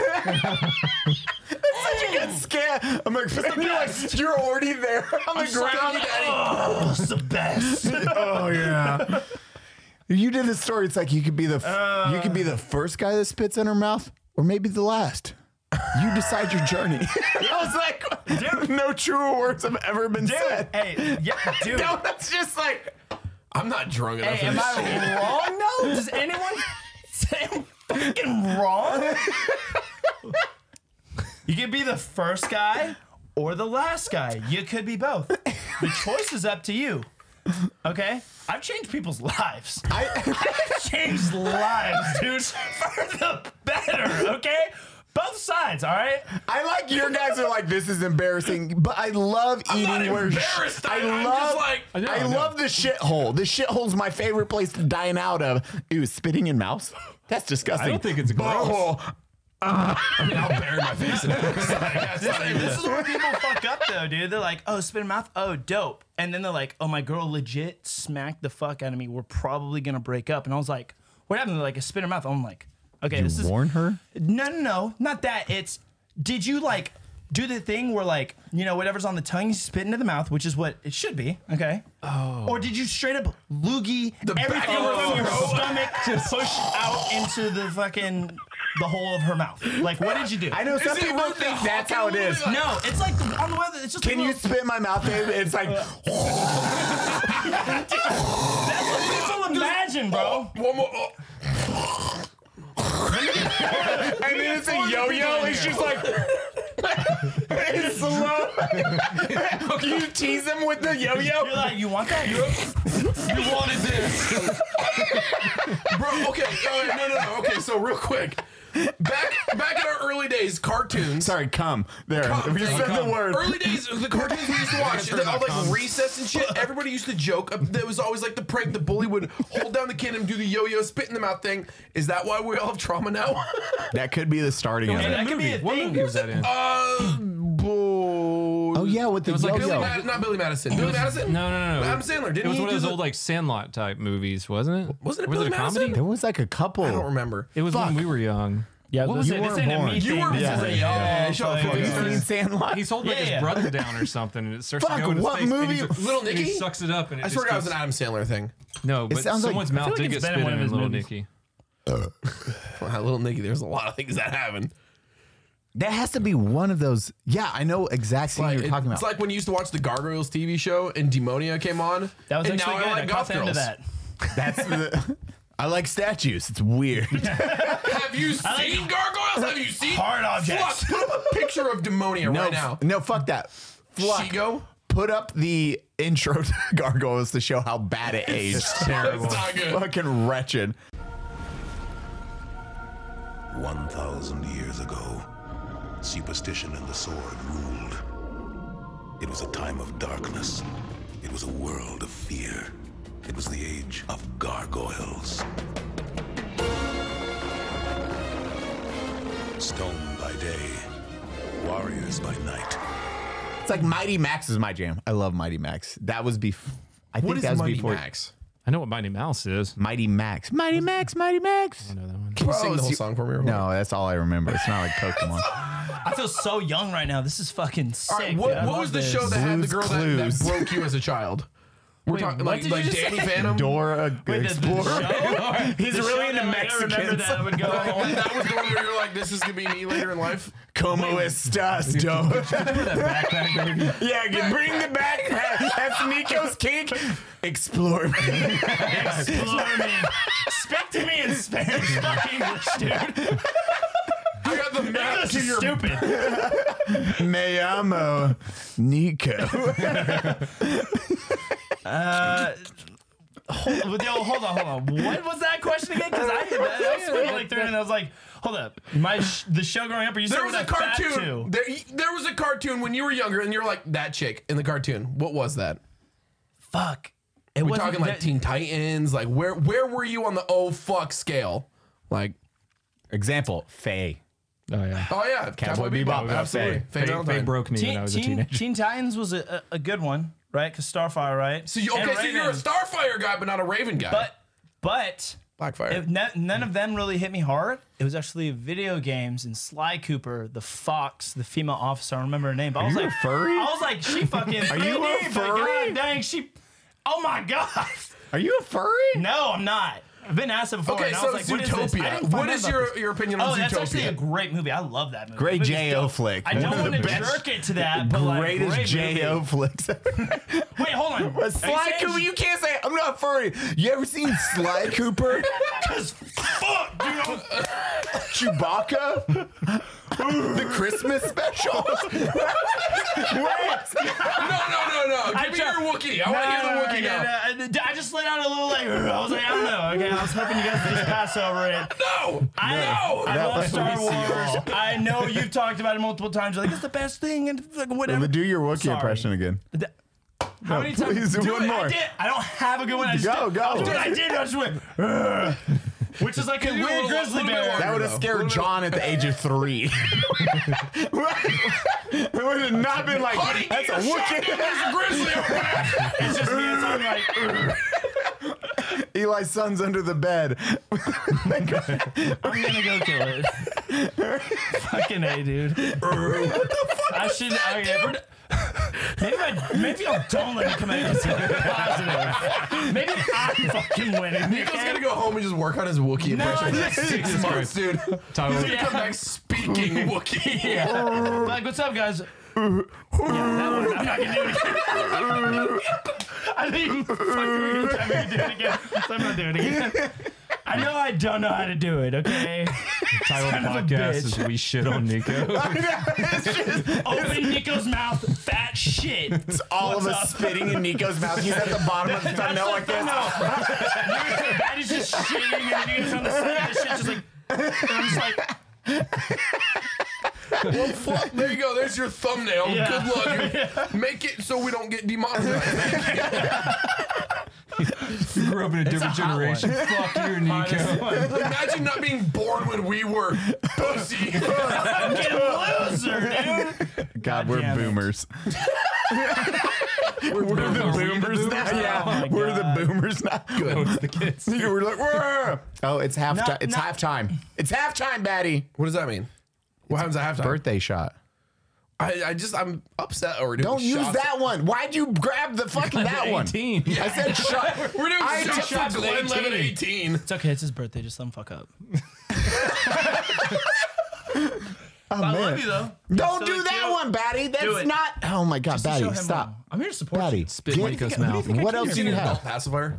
S3: Such a good scare. I'm like, you're, like you're already there on the ground.
S2: oh, it's the best.
S3: Oh yeah. You did this story. It's like you could be the f-
S1: Uh.
S3: you could be the first guy that spits in her mouth, or maybe the last. You decide your journey. I was like, no truer words have ever been
S2: Dude,
S3: said.
S2: hey, yeah, dude.
S3: No, that's just like
S1: I'm not drunk enough
S2: Hey,
S1: for
S2: am
S1: this shit.
S2: I wrong though? Does anyone say I'm fucking wrong? You could be the first guy or the last guy. You could be both. The choice is up to you. Okay? I've changed people's lives. I- have changed lives, dude, for the better, okay? Both sides, all right?
S3: I like your guys are like this is embarrassing, but I love eating
S1: not
S3: where
S1: embarrassed. I-
S3: I
S1: I'm
S3: love
S1: just like-
S3: I,
S4: I know, I know.
S3: love the shithole. The shithole's my favorite place to dine out of. Ew, spitting in mouse. That's disgusting.
S4: I don't think it's gross.
S3: Butthole.
S1: I mean, I'll bury my face in it. It's not- it's not even-
S2: This is where people fuck up though, dude. They're like, oh, spin mouth, oh, dope. And then they're like, oh, my girl legit smacked the fuck out of me. We're probably gonna break up. And I was like, what happened? They're like, a spin her mouth. I'm like, okay, this is
S3: Warn her.
S2: no, no, no, not that. It's did you like do the thing where like you know whatever's on the tongue you spit into the mouth, which is what it should be, okay? Oh. Or did you straight up loogie the everything
S1: back of
S2: from
S1: her
S2: your
S1: throat.
S2: stomach to push out into the fucking the hole of her mouth? Like, what did you do?
S3: I know some
S1: it
S3: people
S1: worth
S3: think
S1: it?
S3: that's how it is.
S2: No, it's like on the weather. It's just like
S3: Can you
S2: little-
S3: spit in my mouth, babe? It's like
S2: That's what people imagine, bro.
S1: One more. oh.
S3: and then it's a
S2: foreign
S1: oh,
S2: people
S3: yo-yo.
S2: in
S3: It's
S2: here.
S3: just like it's slow. Can you tease him with the
S2: You're
S3: yo-yo?
S2: like, you want that?
S1: You wanted this. Bro, okay. all right, no, no, no. Okay, so real quick. Back back in our early days, cartoons.
S3: Sorry, come there.
S1: Come,
S3: you
S1: thank
S3: said
S1: you.
S3: the word.
S1: Early days of the cartoons we used to watch, and all like recess and shit. Everybody used to joke. uh, That was always like the prank. The bully would hold down the kid and do the yo-yo spit in the mouth thing. Is that why we all have trauma now?
S3: That could be the starting of
S2: And
S3: it.
S2: that could be a
S4: What
S2: thing.
S4: movie was that in?
S1: uh, bo-
S3: Oh yeah, with the
S4: was like
S1: Billy
S3: yo-yo.
S1: Mad- not Billy Madison. Billy Madison?
S4: No, no, no, no.
S1: Adam Sandler. Didn't
S4: it was
S1: he
S4: one
S1: do
S4: of those
S1: the-
S4: old like Sandlot type movies, wasn't it?
S1: Wasn't it
S4: was
S1: Billy
S4: it a
S1: Madison?
S4: comedy?
S3: there was like a couple.
S1: I don't remember.
S4: It was
S3: Fuck.
S4: when we were young.
S2: Yeah,
S4: What was
S2: this,
S4: it?
S2: this
S4: You
S2: ain't a
S4: weren't
S2: me
S1: You
S2: thing.
S1: were
S2: This
S1: yeah,
S2: is a-
S1: yeah,
S2: yeah.
S3: Have you seen Sandlot?
S4: He's holding like
S2: Yeah,
S4: his
S2: yeah.
S4: brother down or something, and it starts
S3: Fuck,
S4: to go to his
S3: what
S4: face. and he
S3: movie?
S4: just-
S1: Little
S4: and
S1: Nicky?
S4: He sucks it up, and it
S1: I
S4: just
S1: swear to God, it was
S4: goes-
S1: an Adam Sandler thing.
S4: No, but
S3: sounds like-
S4: someone's
S2: I
S4: mouth
S2: feel like
S4: did
S2: it's
S4: get
S2: been
S4: spit
S2: in one
S4: in,
S2: of his
S4: Little
S2: movies.
S4: Nicky.
S1: Wow, little Nicky, there's a lot of things that happened.
S3: That has to be one of those. Yeah, I know exactly what
S1: Like,
S3: you're
S1: it-
S3: talking about.
S1: It's like when you used to watch the Gargoyles TV show and Demonia came on.
S2: That was
S1: and
S2: actually
S1: now
S2: good.
S1: I
S2: I,
S1: like Goth
S2: caught the end
S1: Girls.
S2: of that.
S3: That's the. I like statues. It's weird.
S1: Have you seen
S2: like-
S1: Gargoyles? Have you seen
S2: Hard
S1: Flux,
S2: objects.
S1: put up a picture of Demonia
S3: No,
S1: right now.
S3: no, fuck that. Fuck.
S1: Shigo?
S3: Put up the intro to Gargoyles to show how bad it aged.
S1: It's not good.
S3: Fucking wretched.
S6: 1,000 years ago, superstition and the sword ruled. It was a time of darkness. It was a world of fear. It was the age of gargoyles. Stone by day, warriors by night.
S3: It's like Mighty Max is my jam. I love Mighty Max. That was before. I
S1: What
S3: think
S1: is
S3: that was
S1: Mighty
S3: before
S1: Max?
S4: I know what Mighty Mouse is.
S3: Mighty Max. Mighty Max. Mighty Max.
S4: I know that one.
S1: Can you sing the
S3: it's
S1: whole
S3: you-
S1: song for me? real quick?
S3: No, that's all I remember. It's not like Pokemon.
S2: I feel so young right now. This is fucking sick.
S1: All right, what,
S2: dude. I
S1: what
S2: love
S1: was the
S2: this.
S1: show that had the
S3: Blue's
S1: girl that, that
S3: Clues.
S1: broke you as a child? We're talking like,
S2: did you
S1: like
S2: just
S1: Danny
S2: say?
S1: Phantom.
S3: Dora
S2: Wait, the- the
S3: Explorer.
S2: show?
S3: He's
S2: The
S3: really
S2: show
S3: into
S2: that, like, I remember
S3: Mexicans.
S2: that I would go
S1: Oh, And
S2: on.
S1: that was the one where you're like, this is gonna be me later in life.
S3: Como estas, Dora? yeah, get- bring it back. That's Nico's kick. Explore.
S2: Explore me. Speak to me in Spanish, fuck English, dude.
S1: I got the map
S2: This
S1: to
S2: is
S1: your.
S2: stupid.
S3: Me amo Nico.
S2: Uh, hold, yo, hold on, hold on. What was that question again? Because I, I, I spent like through and I was like, hold up. My sh- the show growing up, or you
S1: There
S2: said
S1: was
S2: what
S1: a
S2: I fat to?
S1: cartoon. There, there was a cartoon when you were younger, and you're like that chick in the cartoon. What was that?
S2: Fuck. It
S1: We're
S2: wasn't
S1: talking like
S2: that-
S1: Teen Titans. Like where where were you on the oh fuck scale? Like
S3: Example, Faye.
S4: Oh yeah.
S1: oh yeah, Cowboy, Bebop, absolutely. Faye
S4: They,
S1: Valentine.
S4: broke me when I
S2: Teen,
S4: was a
S2: Teen,
S4: teenager.
S2: Teen Titans was a, a, a good one, right? Because Starfire, right?
S1: So you, okay,
S2: And
S1: so you're a
S2: Raven.
S1: Starfire guy, but not a Raven guy.
S2: But, but
S1: Blackfire.
S2: if ne- none of them really hit me hard. It was actually video games and Sly Cooper, the fox, the female officer. I don't remember her name, but I was
S3: you
S2: like,
S3: a furry?
S2: I was like, she fucking. Are
S3: you a furry?
S2: God dang, she. Oh my god.
S3: Are you a furry?
S2: No, I'm not. I've been asked that before.
S1: okay,
S2: and I
S1: so
S2: was like, what is this? I
S1: Zootopia.
S2: didn't find
S1: What
S2: out
S1: is
S2: about
S1: your
S2: this.
S1: your opinion
S2: Oh,
S1: on
S2: that's actually a
S1: Zootopia?
S2: great movie. I love that movie.
S3: Great
S2: That movie's
S3: J.O.
S2: dope.
S3: flick.
S2: I
S3: One
S2: don't
S3: of the
S2: want to
S3: best-
S2: jerk it to that, but like,
S3: Greatest
S2: great movie.
S3: J.O. flicks ever.
S2: Wait, hold on.
S3: But
S2: Are you
S3: Sly
S2: saying
S3: Cooper, you can't say I'm not furry. You ever seen Sly Cooper?
S2: Cause fuck, dude. I'm-
S3: Chewbacca? the Christmas special? Wait.
S1: No, no, no, no.
S2: I
S1: Give me
S2: try-
S1: your Wookiee. I want to hear the Wookiee now.
S2: no, no, no. I just let out a little like I was like, I don't know. Okay, I was hoping you guys would just pass over it.
S1: No,
S2: I
S1: no.
S2: I
S3: That
S2: love
S3: was-
S2: Star
S3: we see
S2: Wars. I know you've talked about it multiple times. You're like, it's the best thing and like, whatever.
S3: Do your Wookiee
S2: Sorry.
S3: impression again.
S2: Th- How many times?
S3: please,
S2: do
S3: one
S2: it.
S3: more.
S2: I, did. I don't have a good one. I just
S3: Go,
S2: did.
S3: go.
S2: I'll do what I did. I just went. "Ugh," Which is like a
S1: do a
S2: weird
S1: little-
S2: grizzly
S1: little bit
S2: bear.
S1: longer.
S3: That would have
S1: No.
S3: scared John at the age of three. it would have not been like,
S1: Buddy,
S3: that's a
S1: get your shotgun.
S3: Wookiee.
S1: There's a grizzly over there.
S2: It's just me. It's all like. "Ugh."
S3: Eli's son's under the bed.
S2: I'm gonna go kill it. Fucking a, dude. what the fuck? I should. okay, we're d- maybe I, maybe I don't let me come out as positive. Maybe I'm fucking winning.
S1: Nico's
S2: Okay?
S1: gonna go home and just work on his Wookiee
S2: No,
S1: impression for like
S2: Jesus
S1: six months, dude.
S4: Tyler,
S1: He's gonna come back speaking Wookiee.
S2: Yeah. Like, what's up, guys? Yeah, that one, I'm not gonna do it again. I think fuck, we can try to do it again. So I'm not doing it again. I know I don't know how to do it. Okay.
S4: Tyler
S2: of a
S4: podcast is we shit on Nico.
S2: Open Nico's mouth, fat shit.
S3: It's all of
S2: What's
S3: us
S2: up?
S3: spitting in Nico's mouth. He's at the bottom of the thumbnail like this.
S2: that is just shitting, and then you on the side of the shit, just like. and I'm just like,
S1: Fuck, there you go. There's your thumbnail.
S2: Yeah.
S1: Good luck. Make it so we don't get demonetized.
S4: You grew up in a different
S2: a hot
S4: generation. Fuck you, Nico.
S1: Imagine not being born when we were pussy.
S2: fucking loser, dude.
S3: God,
S2: damn
S3: we're
S2: it.
S3: boomers.
S1: we're,
S3: the boomers now.
S2: Oh my
S3: Yeah, we're
S2: God.
S3: the boomers now.
S4: It's the kids.
S3: You were like, "Wah." oh, it's half time. It's
S2: no.
S3: half time. It's half time, baddie.
S1: What does that mean? What happens at halftime?
S3: Birthday shot.
S1: I, I just I'm upset over doing.
S3: Don't use
S1: shots.
S3: that one. Why'd you grab the fucking that one?
S4: 18.
S3: I said shot.
S1: We're doing
S3: I
S1: shots
S3: just-
S1: for Glenn Levin 18.
S2: It's okay. It's his birthday. Just let him fuck up.
S3: Oh,
S2: I
S3: man.
S2: love you though.
S3: Don't
S2: Still
S3: do
S2: cute.
S3: that one, baddie. That's
S2: it.
S3: not. Oh my god,
S2: Just to show
S3: baddie,
S2: him
S3: stop.
S2: wrong. I'm here to support you.
S3: Baddie,
S4: Spit in Nico's mouth.
S3: What else do you have?
S1: pacifier.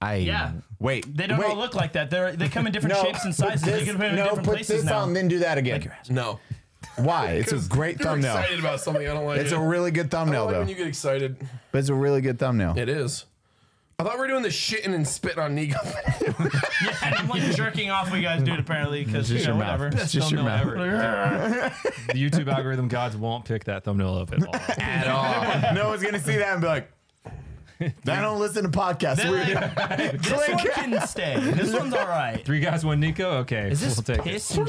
S3: I
S2: Yeah.
S3: wait.
S2: They don't
S3: wait,
S2: all look like that. They're they come in different shapes and sizes.
S3: Put
S2: they
S3: this,
S2: can put them in
S3: no,
S2: different
S3: put
S2: places
S3: this
S2: now.
S3: on, then do that again.
S1: No.
S3: Why? It's a great
S1: You're
S3: thumbnail.
S1: excited about something. I don't like
S3: It's
S1: it.
S3: a really good
S1: I
S3: thumbnail
S1: don't like
S3: though.
S1: when you get excited.
S3: But it's a really good thumbnail.
S1: It is. I thought we were doing the shitting and spitting on Nico.
S2: yeah, and I'm like jerking off what you guys do it apparently because you
S3: Just
S2: know
S3: your mouth.
S2: whatever.
S3: It's just your
S4: thumbnail
S3: mouth.
S4: The YouTube algorithm gods won't pick that thumbnail up at all.
S3: At all. no one's gonna see that and be like, I don't listen to podcasts.
S2: They're
S3: Weird.
S2: like, this one can stay. This one's all right.
S4: Three guys, one Nico. Okay,
S2: Is this
S4: we'll take it.
S2: piss and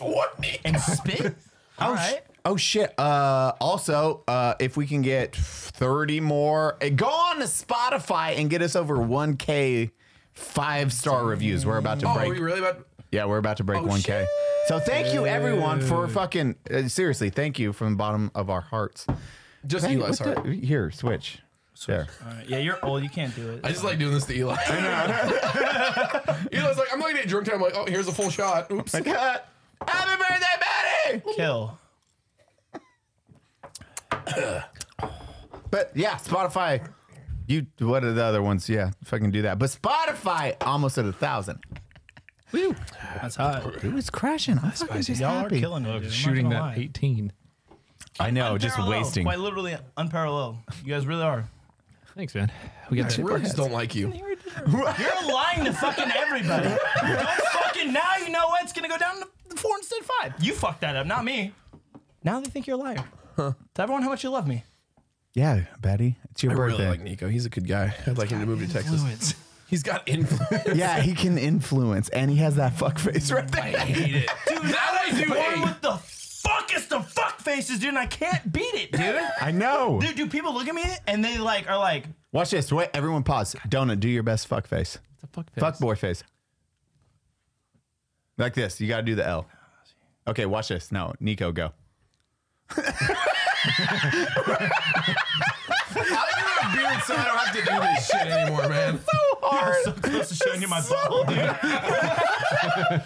S1: what Nico?
S2: and spit? All right.
S3: Oh shit! Uh, also, uh, if we can get thirty more, eh, go on to Spotify and get us over one k five star reviews. We're about to
S1: Oh,
S3: break.
S1: are we really about?
S3: Yeah, we're about to break one k. So thank you everyone for fucking uh, seriously. Thank you from the bottom of our hearts.
S1: Just
S3: Hey,
S1: Eli,
S3: what
S1: sorry.
S3: the- here, switch. There.
S2: All right. Yeah, you're old. You can't do
S1: I
S2: it.
S1: just like doing this to Eli. I know. Eli's like, I'm looking at drunk time. like, oh, here's a full shot. Oops.
S3: Like, uh, Happy birthday, Betty!
S2: Kill.
S3: But yeah, Spotify. You what are the other ones? Yeah, fucking do that. But Spotify almost at a thousand.
S2: That's hot.
S3: It was crashing. I'm fucking just
S2: Y'all are
S3: happy.
S2: killing it.
S4: Shooting that 18.
S3: I know, just
S2: Unparalleled.
S3: wasting.
S2: Quite literally unparalleled. You guys really are.
S4: Thanks, man. We got
S1: Really just don't like you.
S2: You're lying to fucking everybody. Don't fucking now you know what's gonna go down to four instead of five. You fucked that up, not me. Now they think you're a liar. Tell everyone how much you love me.
S3: Yeah, Betty, it's your
S1: I
S3: birthday.
S1: really like Nico. He's a good guy. I'd like him to move to Texas. He's got influence.
S3: yeah, he can influence, and he has that fuck face right there.
S1: hate it. Dude, that I do
S2: Born
S1: hate.
S2: with the fuckest of fuck faces, dude, and I can't beat it, dude.
S3: I know.
S2: Dude, do people look at me and they like are like,
S3: Watch this. Wait, everyone, pause. Donut, do your best fuck face.
S4: fuck
S3: Fuck boy face. Like this. You got to do the L. Okay, watch this. No, Nico, go.
S1: I have a beard, so I don't have to do this shit anymore, man.
S2: you're so close to showing you my butthole,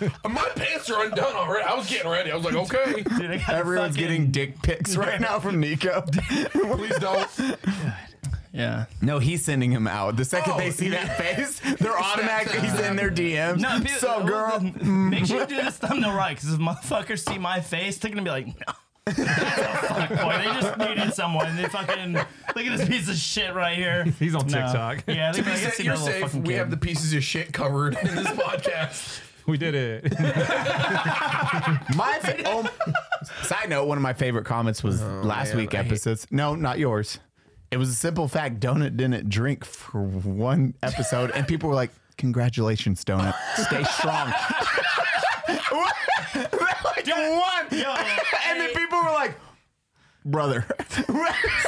S2: dude.
S1: My pants are undone already. I was getting ready. I was like, okay,
S2: Dude, I got
S3: Everyone's
S2: fucking-
S3: getting dick pics right now from Nico.
S1: please don't.
S2: yeah.
S3: no, he's sending him out. The second
S1: Oh,
S3: they see that face, they're automatically he's in their DMs.
S2: No, people,
S3: so, girl.
S2: make sure you do this thumbnail right, because if motherfuckers see my face, they're gonna be like, no. That's a fuck boy. They just needed someone. They fucking look at this piece of shit right here.
S4: He's on
S2: No.
S4: TikTok.
S2: Yeah, they're
S1: Be
S2: gonna
S1: safe,
S2: see
S1: you're
S2: that little
S1: safe.
S2: fucking
S1: We
S2: kid.
S1: have the pieces of shit covered in this podcast.
S4: We did it.
S3: My fa- oh, side note, one of my favorite comments
S2: Oh,
S3: was last week episodes. No, not yours. It was a simple fact. Donut didn't drink for one episode, and people were like, "Congratulations, Donut! Stay strong." They're like one,
S2: Yo,
S3: and then
S2: hey,
S3: people were like, "Brother,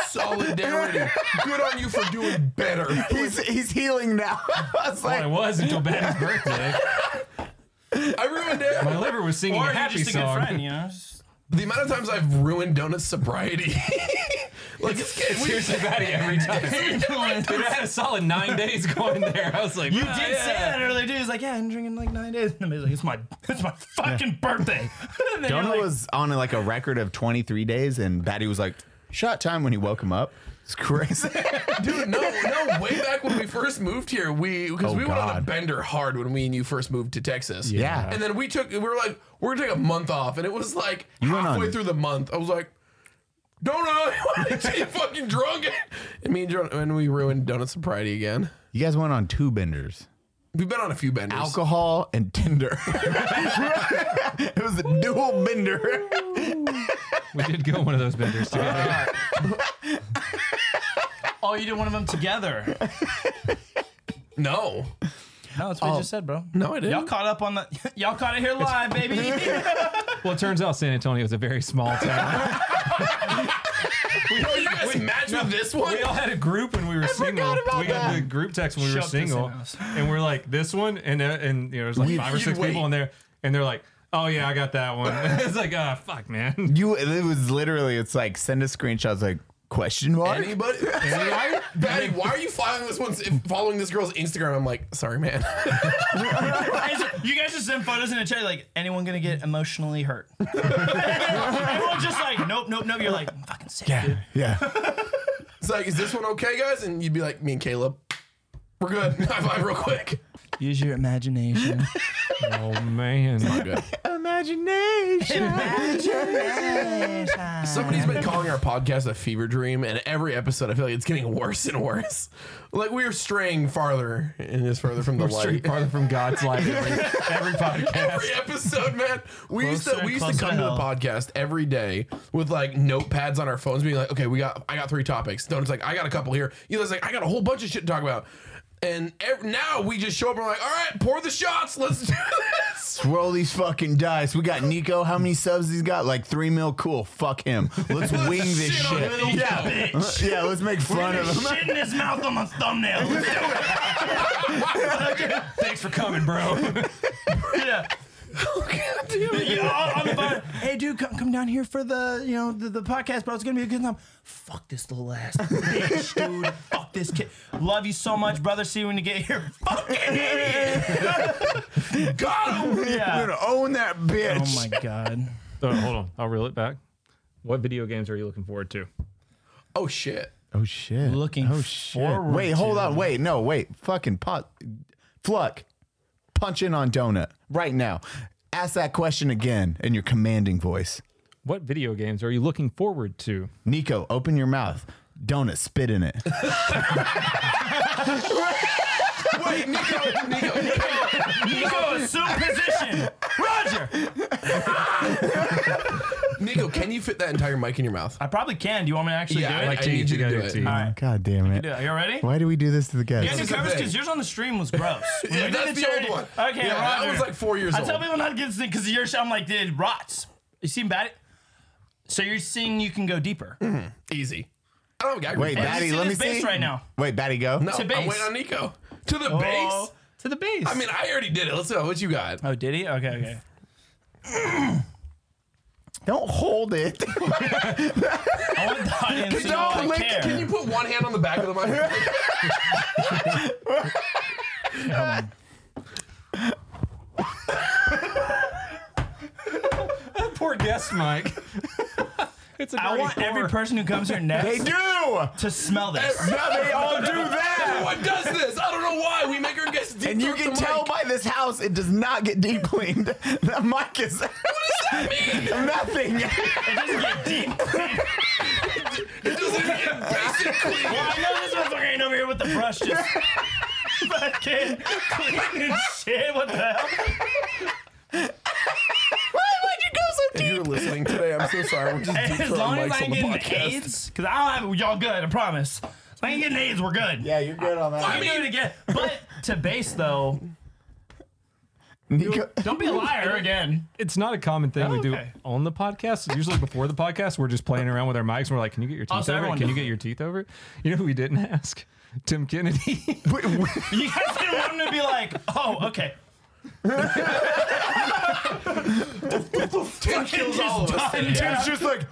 S1: Solidarity. Good on you for doing better.
S3: he's he's healing now." I was
S4: I
S3: like,
S4: was until Ben's birthday.
S1: I ruined it.
S4: My liver was singing
S2: or
S4: a
S2: you're
S4: happy
S2: just a good
S4: song.
S2: friend, you know? Just-
S1: The amount of times I've ruined Donut's sobriety. like, can we-
S4: Seriously, Batty, every time. Dude, I had a solid nine days going there. I was like,
S2: You did say that earlier, dude. He's like, yeah, I didn't drink in like nine days. And he's like, it's my, it's my fucking birthday. And then you're
S3: Donut
S2: like,
S3: was on like a record of 23 days, and Batty was like, "Shot time" when he woke him up. It's crazy.
S1: Dude, no, no. Way back when we first moved here, we because
S3: Oh,
S1: we went on a
S3: God.
S1: bender hard when we and you first moved to Texas.
S3: Yeah.
S1: and then we took we were like we're gonna take a month off, and it was like
S3: went
S1: halfway
S3: on-
S1: through the month. I was like, Donut, why did you fucking drunk? And me and John, and we ruined Donut sobriety again.
S3: you guys went on two benders.
S1: We've been on a few benders.
S3: alcohol and Tinder. it was a dual bender.
S4: We did go one of those benders together.
S2: oh, you did one of them together.
S1: No,
S2: No, that's what you just said, bro.
S1: no, I didn't.
S2: Oh. Y'all caught up on the, y'all caught it here live, baby.
S4: well, it turns out San Antonio is a very small town.
S1: Oh, you guys match with this one.
S4: We all had a group when we were single.
S3: about
S4: We got
S3: that.
S4: the group text when we were
S2: Shoved us in
S4: single,
S2: house.
S4: and we're like this one, and uh, and you know there's like five or
S1: you
S4: six
S1: wait.
S4: people in there, and they're like, oh yeah, I got that one. it's like, ah, fuck, man.
S3: You, it was literally, it's like send us screenshots like question mark.
S1: Anybody? Batty, why are you following this one's following this girl's Instagram? I'm like, sorry, man.
S2: Guys, you guys just send photos in a chat like anyone gonna get emotionally hurt. Everyone's just like, nope, nope, nope. You're like, I'm fucking sick, dude.
S3: Yeah.
S1: It's like, is this one okay, guys? And you'd be like, me and Caleb, we're good. High five real quick.
S2: Use your imagination.
S4: Oh man.
S1: Good.
S3: Imagination.
S1: Somebody's been calling our podcast a fever dream, and every episode I feel like it's getting worse and worse. Like we are straying farther and just further from the
S4: Straight
S1: light.
S4: farther from God's life every, every podcast.
S1: Every episode, man. We used
S2: Closer
S1: to
S2: and
S1: we used to
S2: closer
S1: come
S2: to
S1: to the
S2: hell.
S1: podcast every day with like notepads on our phones, being like, okay, we got I got three topics. Donut's like, I got a couple here. Eli's like, I got a whole bunch of shit to talk about. And ev- now we just show up and we're like, all right, pour the shots. Let's do this.
S3: Roll these fucking dice. We got Nico. How many subs he's got? Like three mil. Cool. Fuck him. Let's wing this
S1: shit on
S3: shit.
S1: Lil
S3: Yeah.
S2: Bitch.
S3: yeah, let's make fun of him.
S2: Shit in his mouth on my thumbnail. Let's do it.
S4: Thanks for coming, bro.
S2: yeah. Yeah, on- on the phone. Hey, dude, come, come down here for the you know the, the podcast, bro. It's gonna be a good time. Fuck this little ass bitch, dude. Fuck this kid. Love you so much, brother. See you when you get here. Fucking idiot.
S1: Got him.
S3: We're
S2: Yeah.
S3: gonna own that bitch.
S2: Oh my god.
S4: Oh, hold on, I'll reel it back. What video games are you looking forward to?
S1: Oh, shit.
S3: Oh shit.
S2: Looking
S3: Oh shit.
S2: forward
S3: Wait, hold
S2: to-
S3: on. Wait, no, wait. Fucking pot. Fluck. Punch in on donut right now. Ask that question again in your commanding voice.
S4: What video games are you looking forward to?
S3: Nico, open your mouth. Donut, spit in it.
S1: Wait, Nico, Nico, Nico.
S2: Nico assume position. Roger.
S1: Nico, can you fit that entire mic in your mouth?
S2: I probably can. Do you want me to actually
S1: Yeah,
S2: do it?
S1: like- I need you to do it.
S2: All right.
S3: God damn
S2: Do
S3: it.
S2: it. You ready?
S3: Why do we do this to the
S2: You guys
S1: is
S3: guys?
S2: do
S1: the
S2: covers
S1: thing.
S2: because yours on the stream was gross. When
S1: Yeah,
S2: we did
S1: that's
S2: it,
S1: the
S2: you
S1: old
S2: already-
S1: one.
S2: Okay,
S1: Yeah, that
S2: Roger.
S1: was like four years
S2: I
S1: old.
S2: tell people not to get this because your shit, I'm like, dude, it rots. You seem bad. So you're seeing you can go deeper.
S1: Mm-hmm. Easy. I don't have a gag
S3: Wait,
S1: reflex.
S2: that-
S3: Batty,
S2: see
S3: let me
S2: this bass
S3: see.
S2: right now.
S3: Wait, Batty, go.
S1: No,
S2: to
S1: I'm
S2: base.
S1: waiting on Nico. To the
S2: Oh,
S1: base?
S2: to the base.
S1: I mean, I already did it. Let's go. What you got?
S2: oh, did he? Okay, okay.
S3: Don't hold it.
S2: I want the audience to know I
S1: Lincoln,
S2: care.
S1: can you put one hand on the back of the mic?
S4: Poor guest, Mike. it's a
S2: I want every person who comes here
S3: they
S2: next
S3: do. No,
S2: to smell this.
S3: they all do that.
S1: Everyone does this. I don't know why. We make our guests deep
S3: And you
S1: throat
S3: can
S1: the
S3: tell
S1: mic.
S3: by this house, it does not get deep cleaned. That mic is. What does that mean? Nothing.
S1: it doesn't get basic clean.
S2: Well, I know this motherfucker ain't over here with the brush just fucking cleaning shit. What the hell?
S1: If you're listening today, I'm so sorry. We're just deep
S2: As
S1: throating
S2: long as
S1: mics
S2: I
S1: on
S2: ain't
S1: the
S2: getting
S1: podcast.
S2: AIDS, because I don't have y'all good, I promise. If I ain't getting AIDS, we're good.
S3: Yeah, you're good on
S2: I
S3: that.
S2: can do it again. But to base though,
S3: Nico,
S2: don't be a liar again.
S4: It's not a common thing
S2: Oh,
S4: we do
S2: okay.
S4: on the podcast. Usually before the podcast, we're just playing around with our mics. And we're like, "Can you get your teeth
S2: so
S4: over? it?
S2: everyone
S4: Can you
S2: does
S4: get
S2: it.
S4: your teeth over?" it?" You know who we didn't ask? Tim Kennedy.
S2: You guys didn't want him to be like, oh, okay.
S1: Tim kills all of us.
S2: Done.
S3: Tim's just like,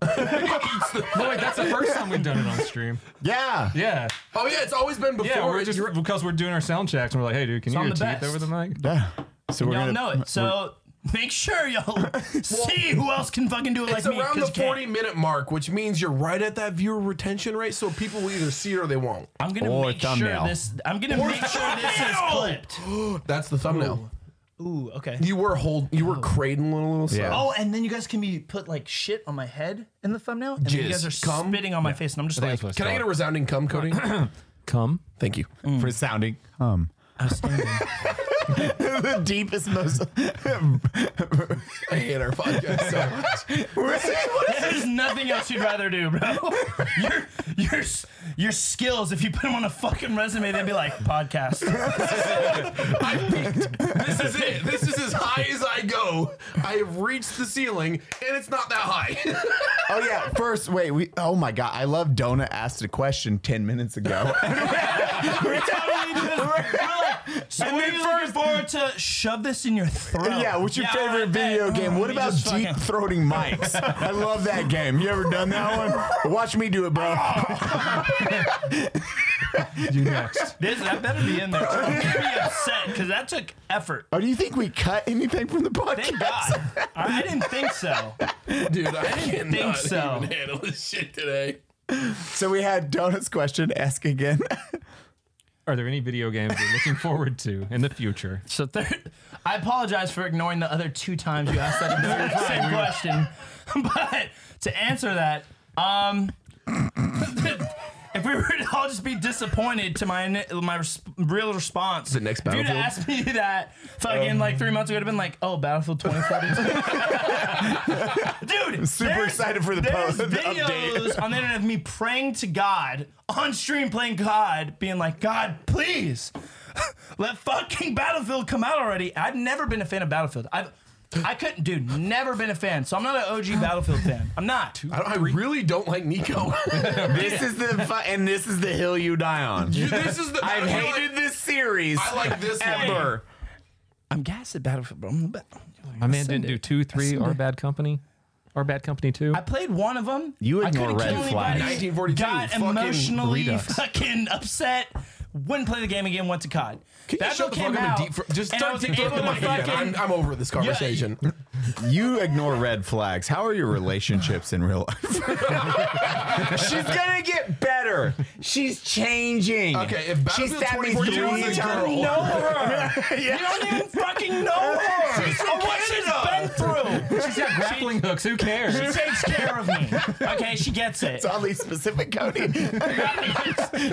S4: no, wait, that's the first time we've done it on stream.
S3: yeah.
S4: Yeah,
S1: Oh yeah, it's always been before.
S4: yeah. We're just
S1: You're-
S4: because we're doing our sound checks, and we're like, "Hey, dude, can you
S2: I'm
S4: get your
S2: the
S4: teeth
S2: best.
S4: over the mic?"
S3: yeah. So we're
S2: Y'all
S3: gonna
S2: know it. So make sure y'all see who else can fucking do it
S1: it's
S2: like me.
S1: around
S2: 'cause
S1: the
S2: you can't.
S1: 40 minute mark, which means you're right at that viewer retention rate. So people will either see it or they won't.
S2: I'm gonna
S3: Or
S2: make
S3: thumbnail.
S2: sure this. I'm gonna make sure this is clipped.
S1: That's the thumbnail.
S2: Ooh, okay.
S1: You were hold. You were cradling a little. So.
S3: Yeah.
S2: Oh, and then you guys can be put like shit on my head in the thumbnail, and then
S1: Jizz.
S2: you guys are
S1: Cum?
S2: spitting on my face, and I'm just like,
S1: Can I get a resounding cum coating?
S4: come?
S1: Thank you.
S3: for sounding um the deepest most
S1: I hate our podcast so much.
S2: There's nothing else you'd rather do, bro. Your your your skills. If you put them on a fucking resume, they'd be like podcast.
S1: I peaked. This is it. This is as high as I go. I have reached the ceiling, and it's not that high.
S3: oh yeah first wait we oh my god i love dona asked a question 10 minutes ago
S2: So and then first, forward to shove this in your throat.
S3: yeah what's your favorite
S2: I bet.
S3: video game
S2: Mm,
S3: what
S2: you
S3: about
S2: just
S3: deep
S2: fucking-
S3: throating mics i love that game you ever done that one watch me do it bro
S4: You next.
S2: This, that better be in there. I'm gonna be upset because that took effort.
S3: oh do you think we cut anything from the podcast
S2: Thank God. I, I didn't think so.
S1: Dude, I cannot
S2: think so.
S1: even handle this shit today.
S3: so we had dona's question ask again
S4: Are there any video games you're looking forward to in the future?
S2: So third, I apologize for ignoring the other two times you asked that exact same question. But to answer that, um, if we we would all just be disappointed to my ni- my res- real response. The
S1: next
S2: If you'd
S1: Battlefield?
S2: asked me that fucking like three months ago, I'd have been like, "Oh, Battlefield 2072." Dude,
S3: super
S2: there's-
S3: excited for the
S2: there's
S3: post- the update.
S2: videos on the internet of me praying to God on stream, playing God, being like, "God, please, let fucking Battlefield come out already." I've never been a fan of Battlefield. I've I couldn't, dude. Never been a fan, so I'm not an OG Battlefield fan. I'm not.
S1: I, don't- I really don't like Nico.
S3: This is the fu- and this is the hill you die on.
S1: this is the.
S3: I've
S1: I like-
S3: hated this series
S1: I like this one.
S3: ever.
S2: I'm gassed at Battlefield, bro. I'm the best.
S4: My man didn't do two, three, or Bad Company, or Bad Company two.
S2: I played one of them.
S3: You
S2: I
S3: ignore
S2: couldn't
S3: red
S2: kill
S3: flags.
S2: anybody.
S1: 1942,
S2: Got
S1: fucking
S2: emotionally
S1: redux.
S2: fucking upset. Wouldn't play the game again. Went to COD.
S1: Can you shut the fuck up and deep fr- just
S2: and I
S1: start
S2: was
S1: deep throating
S2: able to
S1: my fucking.
S2: fucking-
S1: I'm, I'm over this conversation.
S3: You ignore red flags. How are your relationships in real life? She's gonna get better. She's changing.
S1: Okay, if
S3: She's
S1: Battlefield
S3: stabbed me
S1: 2042
S3: three
S1: was a
S3: times.
S1: girl-
S2: You know her. You don't even fucking know her.
S1: She's from
S2: or what she's been
S1: Canada.
S2: through. She's got
S4: Grappling hooks. Who cares?
S2: She takes care of me. Okay, she gets it.
S3: It's oddly specific, Cody.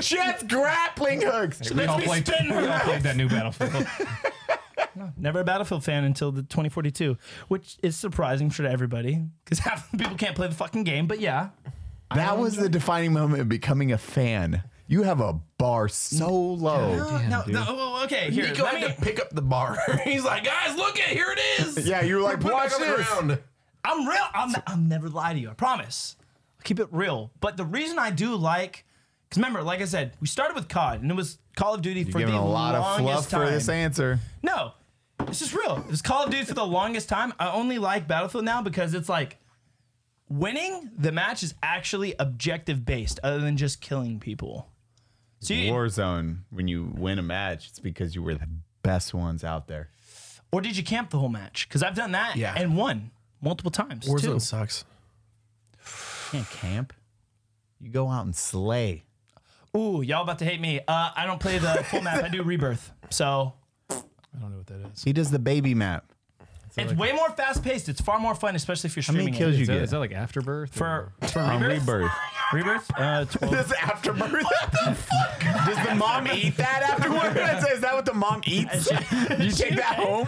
S3: she has grappling hooks.
S4: we all
S2: me
S4: played.
S2: spin her
S4: We all played that new Battlefield.
S2: Never a Battlefield fan until the 2042, which is surprising sure to everybody because half the people can't play the fucking game. But yeah,
S3: That was the defining moment of becoming a fan. You have a bar so low.
S2: no, no, oh, okay. Here,
S1: Nico
S2: let
S1: had
S2: me-
S1: to pick up the bar. He's like, guys, look at here it is.
S3: Yeah, you were like,
S1: Put it
S3: watch
S1: back on the
S3: this.
S1: ground.
S2: I'm real. I'm, I'm never lie to you. I promise. I'll keep it real. But the reason I do like, because remember, like I said, we started with COD and it was Call of Duty for
S3: Giving
S2: the
S3: a lot of
S2: longest
S3: fluff
S2: time.
S3: for this answer.
S2: No, this is real. It was Call of Duty for the longest time. I only like Battlefield now because it's like winning the match is actually objective based, other than just killing people. So you, or,
S3: Warzone, when you win a match, it's because you were the best ones out there.
S2: did you camp the whole match? Because I've done that
S1: Yeah.
S2: and won multiple times. too.
S1: sucks.
S3: Can't camp. You go out and slay.
S2: Ooh, y'all about to hate me. Uh, I don't play the full map. I do rebirth. So
S3: He does the baby map.
S2: it's way more fast paced. It's far more fun, especially if you're
S3: How
S2: streaming.
S3: many kills
S2: it.
S3: you
S4: Is that,
S3: get?
S4: is that like Afterbirth?
S2: for, for
S3: on
S2: rebirth?
S3: rebirth.
S2: Rebirth? Uh, 12.
S3: afterbirth. what the fuck? Does the mom eat that afterward? is that what the mom eats? you take that home?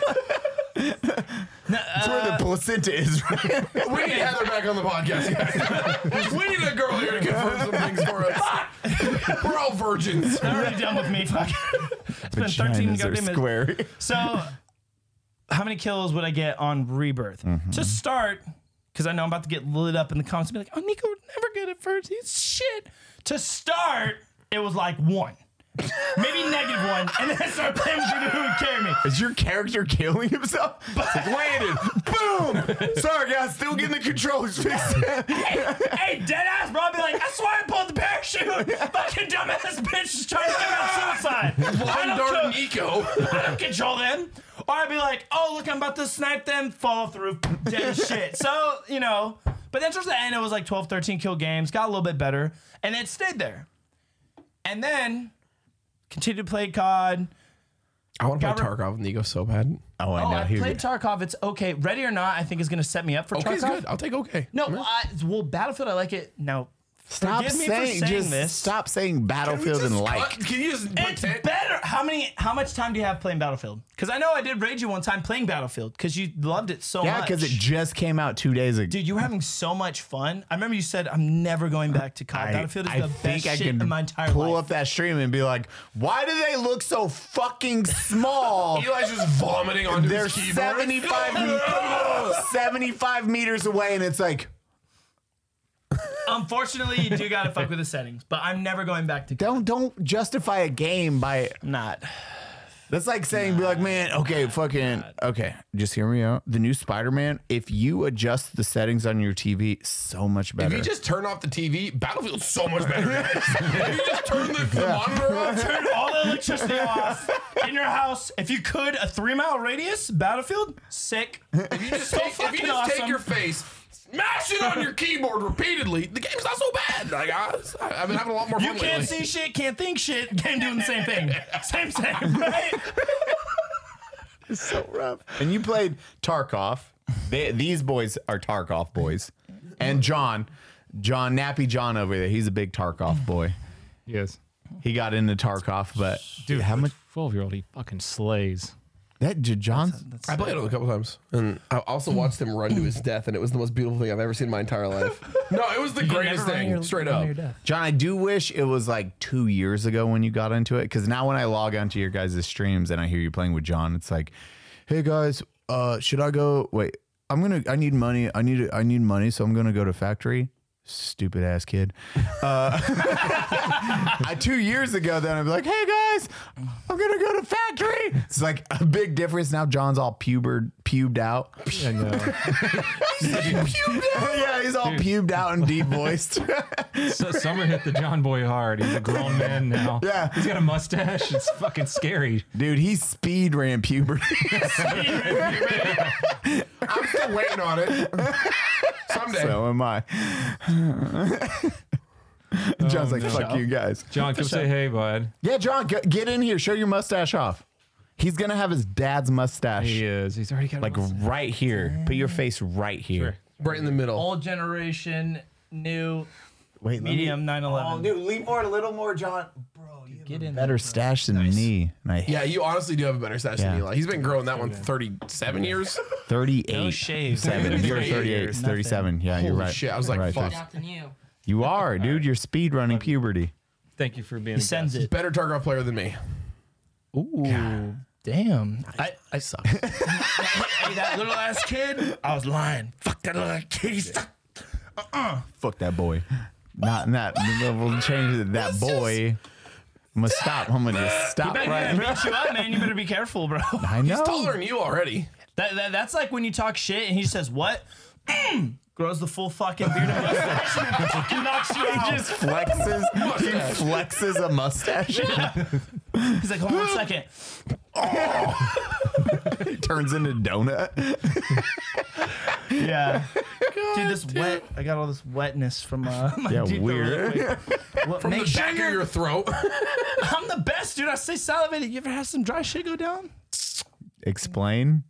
S3: That's where the placenta is. Right?
S1: We need Heather back on the podcast, guys. we need a girl here to confirm some things for us. We're all virgins.
S2: They're already done with me. Fuck. it's been 13
S3: Vaginas are
S2: goddamn minutes.
S3: square.
S2: So, how many kills would I get on rebirth? To start, because I know I'm about to get lit up in the comments and be like, oh, Nico would never get it first. He's shit. To start, it was like one. Maybe negative one, and then I started playing with people who would carry me.
S3: Is your character killing himself? It's like, landed. Boom. Sorry, guys. Still getting the controls fixed.
S2: hey, dead ass, bro. I'd be like, I swear I pulled the parachute. Fucking dumbass bitch is trying to commit suicide. I
S1: Blind Dart
S2: don't, co-
S1: Nico.
S2: I don't control them. Or I'd be like, oh, look, I'm about to snipe them, fall through, dead as shit. So, you know, but then towards the end, it was like 12, 13 kill games, got a little bit better, and it stayed there. And then continued to play COD.
S1: I want to
S2: play Got
S1: Tarkov with Nico so bad.
S3: Oh, I
S2: Oh,
S3: know.
S2: I
S3: Here we
S2: played
S3: go.
S2: Tarkov. It's okay. Ready or not, I think is going to set me up for
S1: Okay,
S2: Tarkov.
S1: it's good. I'll take okay.
S2: No, well, I, well, Battlefield, I like it. Now,
S3: Stop
S2: forgive me for
S3: saying,
S2: saying
S3: just
S2: this.
S3: stop saying Battlefield and like.
S1: Can you just
S2: It's
S1: pretend?
S2: better. How many? How much time do you have playing Battlefield? Because I know I did raid you one time playing Battlefield because you loved it so
S3: Yeah,
S2: much.
S3: because it just came out two days ago.
S2: Dude, you were having so much fun. I remember you said, "I'm never going back to COD. Battlefield is the best shit in my entire
S3: pull
S2: life."
S3: up that stream and be like, why do they look so fucking small?
S1: Eli's just vomiting onto
S3: They're
S1: his keyboard.
S3: 75, 75 meters away, and it's like,
S2: Unfortunately, you do gotta fuck with the settings, but I'm never going back to. COD.
S3: don't don't justify a game by
S2: Not.
S3: that's like saying be like, man, okay, fucking okay, just hear me out. The new Spider-Man, if you adjust the settings on your TV, so much
S1: If
S3: better.
S1: you just turn off the TV, Battlefield's so much better. if you just turn the, the monitor off,
S2: Turn all the electricity off in your house. If you could, a three mile radius Battlefield, sick.
S1: if you just,
S2: So
S1: take, if you
S2: fucking
S1: just take
S2: awesome.
S1: your face, smash it on your keyboard repeatedly, the game's not so bad. Like, I, I've been having a lot more
S2: You
S1: fun
S2: can't
S1: lately.
S2: see shit, can't think shit. Game doing the same thing. Same, same, right?
S3: so rough. And you played Tarkov. They, these boys are Tarkov boys. And John, John Nappy John over there, he's a big Tarkov boy.
S4: Yes.
S3: He got into Tarkov, but
S4: Dude,
S3: how much
S4: Twelve year old, he fucking slays.
S3: that J- John?
S1: I played it a couple times, and I also watched him run to his death, and it was the most beautiful thing I've ever seen in my entire life. No, it was the greatest
S2: never run
S1: thing,
S2: your-
S1: straight
S2: run
S1: up.
S2: your death.
S3: John, I do wish it was like two years ago when you got into it. Cause now when I log onto your guys' streams and I hear you playing with John, it's like, hey guys, uh, should I go? Wait, I'm gonna, I need money. I need, I need money. So I'm gonna go to factory. Stupid ass kid. Uh, I, two years ago, then I'm like, hey guys, I'm gonna go to factory. It's like a big difference. Now John's all pubered, pubed out.
S4: I know.
S3: yeah, he's all pubed out and deep voiced.
S4: So Summer hit the John Boy hard. He's a grown man now.
S3: Yeah.
S4: He's got a mustache. It's fucking scary.
S3: Dude, he speed ran puberty.
S1: I'm still waiting on it. Someday.
S3: so am I.
S1: Oh,
S3: John's like, fuck you guys.
S4: John, come say hey, bud.
S3: Yeah, John, g- get in here. Show your mustache off. He's gonna have his dad's mustache,
S4: He is. He's already got a
S3: like
S4: mustache.
S3: right here. Put your face right here.
S1: Right in the middle.
S2: Old generation, new,
S3: Wait, let me-
S2: medium, 911.
S3: leave more, a little more, John. Bro, you
S2: Get in
S3: better stash than me. And I
S1: Yeah, you honestly do have a better stash than
S3: Yeah.
S1: Eli. He's been growing that one 37 years.
S3: 38.
S2: No shave.
S3: Seven. You're
S1: 38
S3: 38,
S1: years.
S3: 37. Yeah, you're
S1: Holy
S3: right.
S1: shit, I was like,
S3: Right,
S1: fuck.
S3: Chris.
S7: Out than you.
S3: You are, dude. You're speed running puberty.
S4: Thank you for being.
S2: He sends it.
S1: Better Tarkov player than me.
S2: Ooh, damn. I, I suck. hey, that little ass kid, I was lying. Fuck that little kid. He sucked.
S3: Fuck that boy. Not not we'll change it. That boy. I'm gonna stop. I'm gonna just stop
S2: Better
S3: right now.
S2: beat you up, man. You better be careful, bro.
S3: I know.
S2: Oh.
S1: He's taller than you already.
S2: That, that, that's like when you talk shit and he says, what? Mm. Grows the full fucking beard and mustache and then fucking knocks you out.
S3: just flexes. he flexes a mustache.
S2: He's like, hold on a second.
S3: He turns into donut.
S2: Yeah. dude, this wet. I got all this wetness from uh, my
S3: Yeah,
S2: dude, the
S3: weird.
S2: liquid. Well,
S1: From
S2: make
S1: the
S2: sure
S1: back
S2: you're-
S1: of your throat.
S2: I'm the best, dude. I stay salivating. You ever had some dry shit go down?
S3: Explain.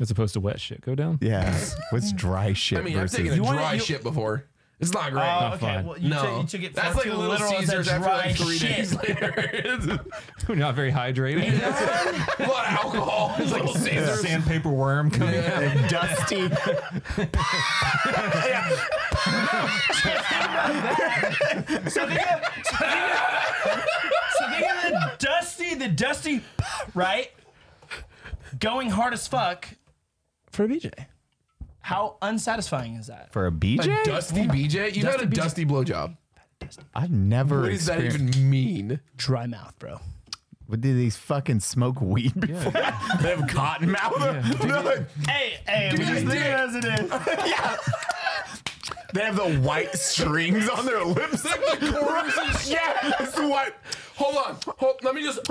S4: As opposed to wet shit. Go down.
S3: Yeah. What's dry shit
S1: I mean, I've
S3: versus?
S1: taken a
S2: wanna-
S1: dry
S2: you-
S1: shit before. It's not great.
S2: Oh,
S4: Not fun.
S2: Well, you,
S1: no,
S2: took, you took it.
S1: that's
S2: far
S1: like
S2: too
S1: Little
S2: literal as a
S1: Caesars after
S2: dry
S1: like three
S2: shit.
S1: days later. It's a
S4: We're not very hydrated.
S1: lot of alcohol. It's Little Caesars.
S4: Sandpaper worm coming out.
S3: Dusty.
S2: So think of, so think of- so think of the dusty, the dusty, right? Going hard as fuck for a BJ. How unsatisfying is that?
S3: For a BJ?
S1: Dusty BJ? You got a dusty blowjob.
S3: I've never
S1: What does that
S3: experienced.
S1: even mean?
S2: Dry mouth, bro.
S3: What do these fucking smoke weed before? they have cotton mouth. They're like,
S2: Hey, hey, we just leave it as it is.
S3: They have the white strings on their lips.
S1: Like the corners and shit.
S3: yeah, it's the white.
S1: Hold on. Hold, let me just.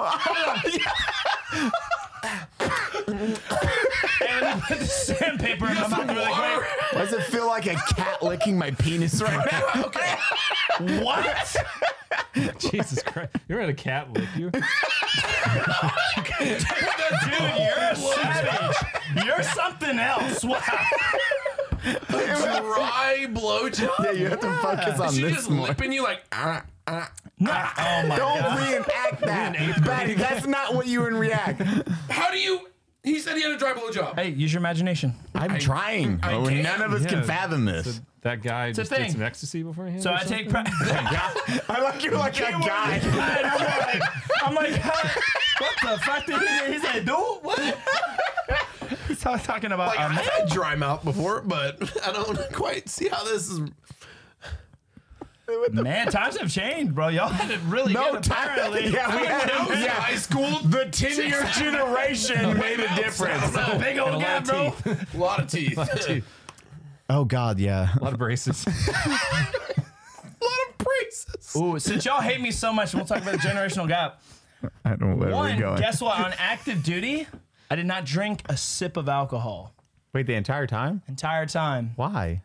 S2: And then put the sandpaper in my mouth really quick.
S3: Why does it feel like a cat licking my penis right now?
S2: What?
S4: Jesus Christ. You're at a cat lick. You.
S2: Dude, you're a savage. You're something else. Wow.
S1: Dry blowjob?
S3: Yeah, you have to focus on
S1: Is she
S3: this
S1: just
S3: more.
S1: lipping you like. "Ah, ah."
S2: Nah. Oh my
S3: Don't
S2: god.
S3: reenact that. Buddy, that's not what you react.
S1: How do you. He said he had a dry blowjob.
S2: Hey, use your imagination.
S3: I'm trying.
S1: I
S3: but
S1: can't.
S3: none of us
S4: Yeah.
S3: can fathom this.
S4: That guy
S2: a
S4: just did
S2: thing.
S4: some ecstasy beforehand.
S2: So
S4: or
S2: I
S4: something?
S2: take. Pre-
S3: I like you like a guy.
S2: And I'm like, I'm like, huh? what the fuck did he, he said, dude? What? He's ta- talking about.
S1: Like,
S2: um,
S1: I had dry mouth before, but I don't quite see how this is.
S2: man, times have changed, bro. Y'all had it really
S3: No,
S2: good.
S3: time-
S2: Apparently,
S3: Oh, yeah, we had-
S1: I was in high school.
S3: The 10 year generation made a difference.
S2: a big old
S4: And a
S2: guy,
S4: lot
S2: bro.
S4: of teeth.
S1: A lot of teeth.
S4: A lot of teeth.
S3: Oh, God, yeah.
S4: A lot of braces.
S1: braces.
S2: Ooh, since y'all hate me so much, we'll talk about the generational gap.
S3: I don't know where
S2: One,
S3: we're going.
S2: guess what? On active duty, I did not drink a sip of alcohol
S3: Wait, the entire time?
S2: entire time.
S3: Why?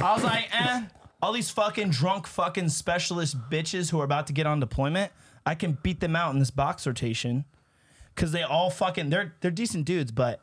S2: I was like, eh. All these fucking drunk fucking specialist bitches who are about to get on deployment, I can beat them out in this box rotation. Cause they all fucking they're they're decent dudes, but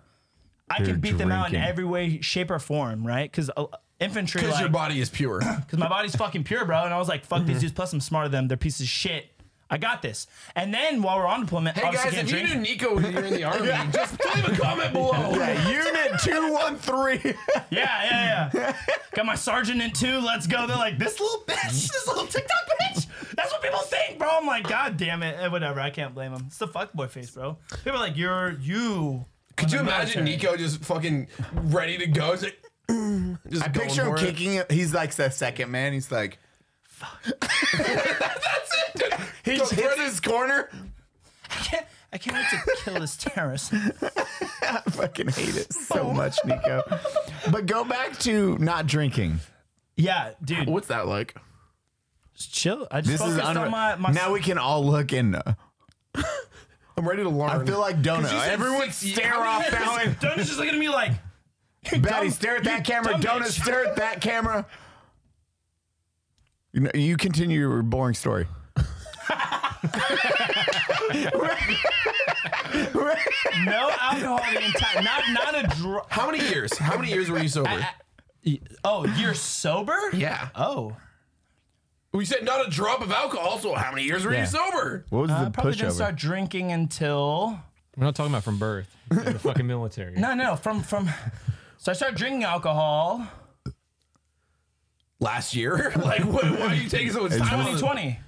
S2: I
S3: They're
S2: can beat them out in
S3: drinking.
S2: every way, shape, or form, right? Cause a, infantry.
S1: Because
S2: like,
S1: your body is pure.
S2: because my body's fucking pure, bro. And I was like, fuck these dudes. Plus, I'm smarter than them. They're pieces of shit. I got this. And then while we're on deployment,
S1: Hey
S2: obviously
S1: guys,
S2: can't
S1: if you
S2: drink.
S1: knew Nico when you were in the army, just leave a comment below.
S3: Yeah, Unit 213.
S2: yeah, yeah, yeah. got my sergeant in two. Let's go. They're like, this little bitch, this little TikTok bitch. That's what people think, bro. I'm like, god damn it. Eh, Whatever. I can't blame them. It's the fuck boy face, bro. People are like, you're you.
S1: Could you
S2: I'm a
S1: imagine
S2: military.
S1: Nico just fucking ready to go? Just like, just
S3: I
S1: going
S3: picture him
S1: for it.
S3: kicking it. He's like the second man. He's like, fuck. That's it. He just hits his corner.
S2: I can't, I can't wait to kill this terrorist.
S3: I fucking hate it so much, Nico. But go back to not drinking.
S2: Yeah, dude.
S3: What's that like?
S2: Just chill. I just
S3: This is
S2: focused
S3: unre-
S2: on my, my
S3: now we can all look and know.
S1: I'm ready to learn.
S3: I feel like donut.
S1: you said
S3: Everyone
S1: six-
S3: stare
S1: how
S3: off that one.
S2: Don't just look at me like
S3: Betty,
S2: dumb-
S3: stare at that
S2: you
S3: camera.
S2: dumb
S3: Donut,
S2: bitch.
S3: stare at that camera. You, know, you continue your boring story.
S2: no alcohol the entire not not a dr-
S1: how many years? How many years were you sober?
S2: Oh, you're sober?
S1: yeah.
S2: Oh.
S1: We said not a drop of alcohol, so how many years were
S3: Yeah.
S1: you sober?
S3: What was
S2: I
S3: the
S2: Uh, probably
S3: pushover?
S2: didn't start drinking until
S4: We're not talking about from birth. In the fucking military.
S2: no no from from so I started drinking alcohol
S1: Last year? like, what, why are you taking so much time? on it?
S2: 2020.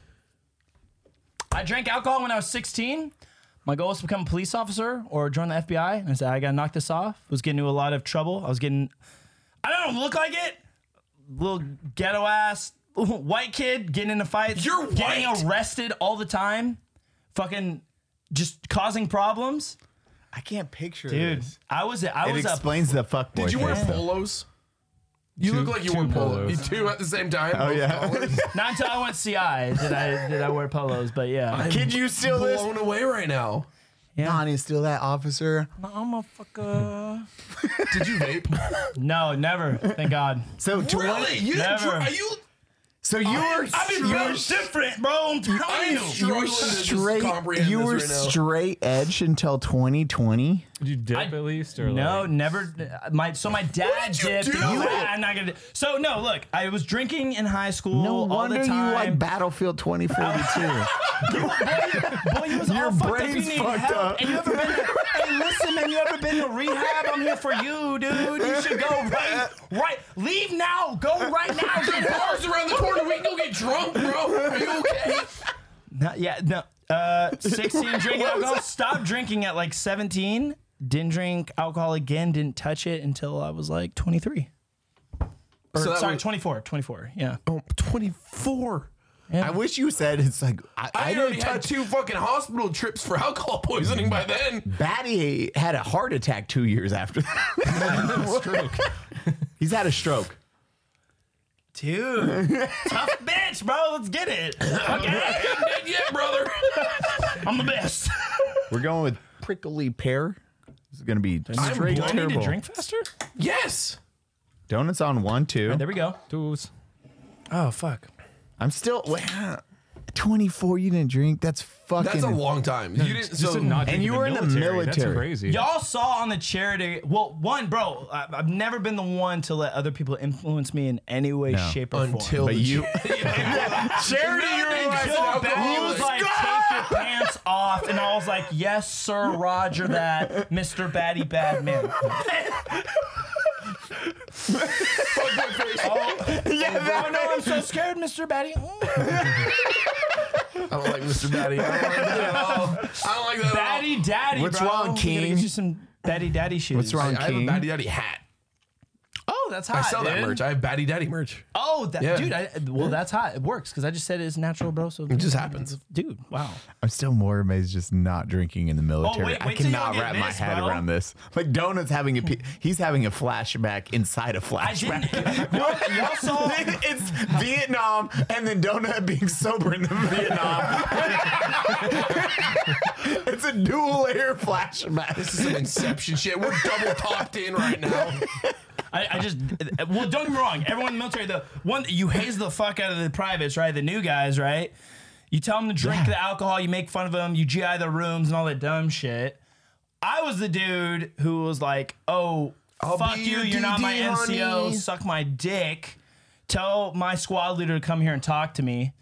S2: I drank alcohol when I was 16. My goal was to become a police officer or join the FBI. And I said, I gotta knock this off. Was getting into a lot of trouble. I was getting, I don't know, look like it. Little ghetto ass white kid getting into fights.
S1: You're
S2: getting
S1: white?
S2: arrested all the time. Fucking just causing problems.
S3: I can't picture
S2: Dude,
S3: this.
S2: I was a, I
S3: It
S2: was a
S3: explains the fuck boy.
S1: Did you wear
S3: face, though.
S1: polos? You look like you
S4: two
S1: wore polos.
S4: polos.
S1: Two at the same time.
S3: Oh
S1: both
S3: yeah.
S1: colors.
S2: not until I went CI did I did I wear polos, but yeah.
S3: Kid, you steal this?
S1: Blown away right now.
S3: Donnie, steal that officer.
S2: I'm a fucker.
S1: Did you vape?
S2: No, never. Thank God.
S3: So to
S1: really? You didn't
S2: Never.
S1: dr- are you?
S3: So you were
S2: I've been
S3: you
S2: real
S3: were
S2: different, bro. I'm telling
S1: I'm
S2: you.
S1: sure-
S3: you were
S1: struggling to just
S3: straight.
S1: comprehend
S3: You
S1: this
S3: were
S1: right now.
S3: straight edge until 2020.
S4: Did you dip at least? Or
S2: No,
S4: Like,
S2: never. My so my dad
S1: did you
S2: dipped.
S1: do?
S2: I, I'm not gonna. So no, look, I was drinking in high school
S3: No
S2: all
S3: wonder
S2: the
S3: you like
S2: time.
S3: Battlefield 2042.
S2: Boy, you was
S3: Your
S2: all fucked up. You
S3: brain's
S2: need
S3: fucked
S2: help.
S3: up.
S2: And you ever been? hey, listen, man. You ever been to rehab? I'm here for you, dude. You should go right, right. Leave now. Go right now. Get help.
S1: Bars around the corner. We can go get drunk, bro. Are you okay?
S2: No, yeah, no. Uh, 16 drinking alcohol. Stopped drinking at like 17. Didn't drink alcohol again. Didn't touch it until I was like 23. Or,
S1: So that
S2: sorry,
S1: was-
S2: 24. 24. Yeah.
S1: Oh, 24.
S3: I wish you said it's like I, I,
S1: I, already
S3: didn't
S1: had
S3: touch.
S1: two fucking hospital trips for alcohol poisoning by then.
S3: Batty had a heart attack two years after that.
S4: stroke.
S3: He's had a stroke.
S2: Dude. Tough bitch, bro. Let's get it. Okay.
S1: I'm dead yet, brother.
S2: I'm the best.
S3: We're going with prickly pear. This is gonna be
S1: I'm
S3: straight
S1: blind.
S3: terrible.
S2: faster?
S1: yes.
S3: Donuts on one two.
S2: There we go.
S4: Tools.
S2: Oh, fuck.
S3: I'm still wow, 24. You didn't drink. That's fucking.
S1: That's a long time. You didn't.
S4: Just
S1: So
S4: to not
S3: And
S4: drink
S3: you were in the military.
S4: That's crazy.
S2: Y'all saw on the charity. Well, one, bro, I, I've never been the one to let other people influence me in any way, shape, or form.
S1: until
S3: But
S1: the
S3: you,
S1: charity, you realize
S2: Joe
S1: how
S2: Biden
S1: alcoholic.
S2: was like, take your pants off. And I was like, yes, sir, roger that, Mr. Batty Badman. Oh, no, I'm so scared, Mr. Batty.
S1: I don't like Mr. Batty. I don't like that at all. I don't like that at all.
S2: Batty Daddy,
S3: What's
S2: bro.
S3: wrong,
S2: We gotta
S3: King?
S2: Get you some Batty Daddy shoes.
S3: what's wrong,
S1: I have a
S3: King?
S1: Batty Daddy hat.
S2: Oh, that's hot,
S1: I sell that
S2: dude.
S1: merch. I have Batty Daddy merch.
S2: Oh, that,
S1: Yeah.
S2: dude, I, well, that's hot. It works because I just said it's natural, bro. So
S1: It just happens.
S2: Dude, wow.
S3: I'm still more amazed just not drinking in the military.
S2: Oh, wait-
S3: I
S2: wait till y'all
S3: cannot
S2: get
S3: wrap my
S2: this,
S3: head
S2: bro.
S3: around this. Like donuts having a pe- he's having a flashback inside a
S2: I
S3: flashback.
S2: didn't. Y'all, y'all saw.
S3: it's Vietnam and then donut being sober in the Vietnam. it's a dual layer flashback.
S1: This is some inception shit. We're double topped in right now.
S2: I, I just well, don't get me wrong. Everyone in the military, the one you haze the fuck out of the privates, right? The new guys, right? You tell them to drink the alcohol, you make fun of them, you GI their rooms and all that dumb shit. I was the dude who was like, "Oh,
S1: I'll
S2: fuck
S1: be
S2: you,
S1: your
S2: you're not my
S1: DD,
S2: NCO,
S1: honey.
S2: suck my dick. Tell my squad leader to come here and talk to me.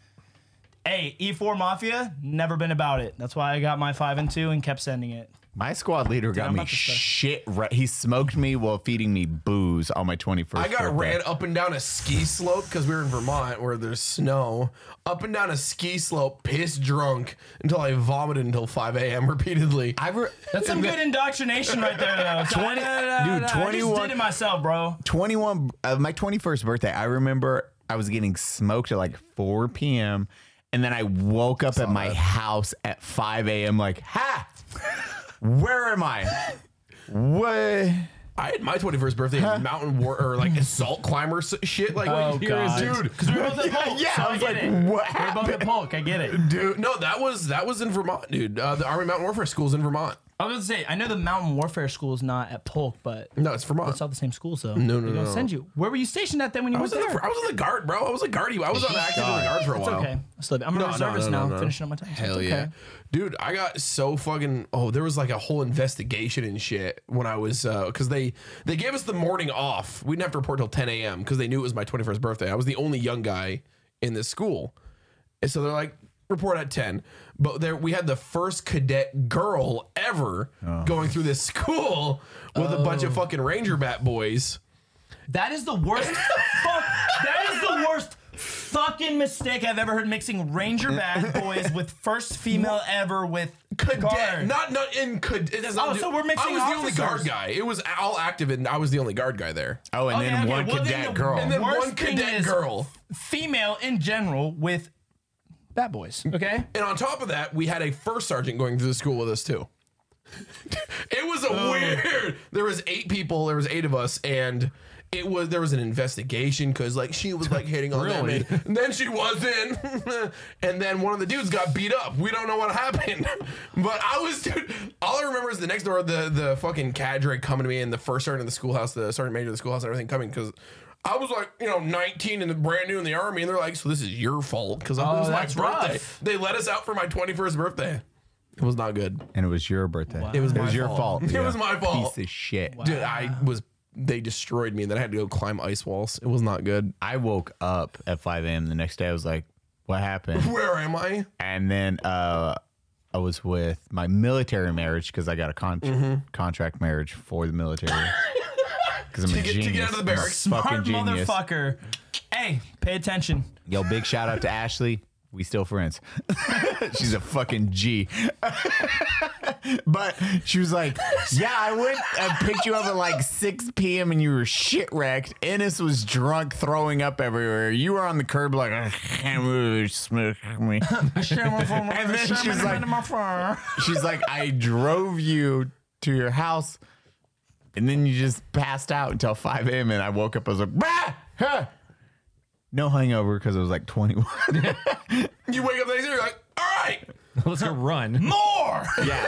S2: Hey, E4 Mafia, never been about it. That's why I got my 5 and 2 and kept sending it.
S3: My squad leader got
S2: I'm
S3: me
S2: about to start.
S3: shit. Right. He smoked me while feeding me booze on my 21st.
S1: I got
S3: birthday.
S1: ran up and down a ski slope because we were in Vermont where there's snow. Up and down a ski slope, piss drunk until I vomited until 5 a.m. repeatedly.
S3: I re-
S2: That's some good indoctrination right there, though. 20,
S3: dude,
S2: I just
S3: 21
S2: did it myself, bro.
S3: 21 uh, my 21st birthday i remember i was getting smoked at like 4 p.m and then i woke up at my house at 5 a.m like ha where am i what
S1: I had my 21st birthday in mountain war or like assault climber s- shit. Like,
S2: Oh, God.
S1: dude,
S2: Because we were both at Polk.
S3: yeah
S2: so
S3: i was
S2: get
S3: like
S2: it.
S3: what
S2: We were both at
S3: happened
S2: Polk. I get it.
S1: dude, no, that was that was in Vermont, dude. Uh, the Army Mountain Warfare School's in Vermont.
S2: I was going to say, I know the Mountain Warfare School is not at Polk, but
S1: No, it's Vermont.
S2: it's all the same schools, though. No, no, They're going to send you. Where were you stationed at then when you
S1: I
S2: went
S1: was, in
S2: there?
S1: the, I was in the guard, bro. I was a guardie. I was on active in the guard for a
S2: It's
S1: while.
S2: okay. I still- I'm a
S1: No, no,
S2: reservist
S1: no,
S2: now.
S1: no, no.
S2: I'm finishing up my time.
S1: Hell
S2: it's okay.
S1: yeah, dude! I got so fucking. Oh, there was like a whole investigation and shit when I was because they they gave us the morning off. We didn't have to report till 10 a.m. because they knew it was my 21st birthday. I was the only young guy in this school, and so they're like report at 10. But there we had the first cadet girl ever going through this school with a bunch of
S2: Oh.
S1: fucking Ranger Bat boys.
S2: That is the worst. fuck, that is the worst fucking mistake I've ever heard. Mixing Ranger Bad Boys with first female ever with
S1: Cadet,
S2: guard.
S1: not not in cadet. It has
S2: Oh,
S1: nothing to
S2: so
S1: do-
S2: we're mixing
S1: I was the only
S2: officers.
S1: guard guy. It was all active, and I was the only guard guy there.
S3: oh and
S2: Okay,
S3: then
S2: okay,
S3: one
S2: well, then
S3: cadet
S2: the-
S3: girl
S1: and then
S2: Worst
S1: one
S2: thing
S1: cadet
S2: is-
S1: girl.
S2: Female in general with Bad Boys. Okay.
S1: And on top of that, we had a first sergeant going through the school with us too. it was a
S2: Oh.
S1: weird. There was eight people. There was eight of us, and it was there was an investigation because like she was like hitting on
S4: Really?
S1: them, and then she wasn't, and then one of the dudes got beat up. We don't know what happened, but I was dude. All I remember is the next door, the the fucking cadre coming to me, and the first sergeant of the schoolhouse, the sergeant major of the schoolhouse, and everything coming because. I was like, you know, 19 and brand new in the army, and they're like, "So this is your fault because
S2: Oh,
S1: it was my
S2: that's
S1: birthday."
S2: rough.
S1: They let us out for my 21st birthday. It was not good.
S3: and it was your birthday
S1: It was, my
S3: your fault
S1: It
S3: Yeah.
S1: was my fault.
S3: piece of shit
S1: Dude, I was. They destroyed me, and then I had to go climb ice walls. It was not good.
S3: i woke up at 5 a.m the next day i was like what happened
S1: Where am I?
S3: and then uh, I was with my military marriage because I got a con-
S1: Mm-hmm.
S3: contract marriage for the military. Because I'm a
S1: get- to
S3: genius.
S1: get out of the
S3: I'm a
S1: barracks.
S3: fucking
S2: Hard
S3: genius.
S2: motherfucker. Hey, pay attention.
S3: Yo, big shout out to Ashley. We still friends. She's a fucking G. but she was like, Yeah, I went I picked you up at like 6 p.m. and you were shit wrecked. Ennis was drunk, throwing up everywhere. You were on the curb like, I can't really smoke me.
S2: and
S3: then she's like- She's like, I drove you to your house, and then you just passed out until 5 a.m. And I woke up, I was like, bah! Huh. No hangover because I was like 21.
S1: You wake up the next day, you're like, all right,
S4: Let's go run.
S2: more.
S3: yeah.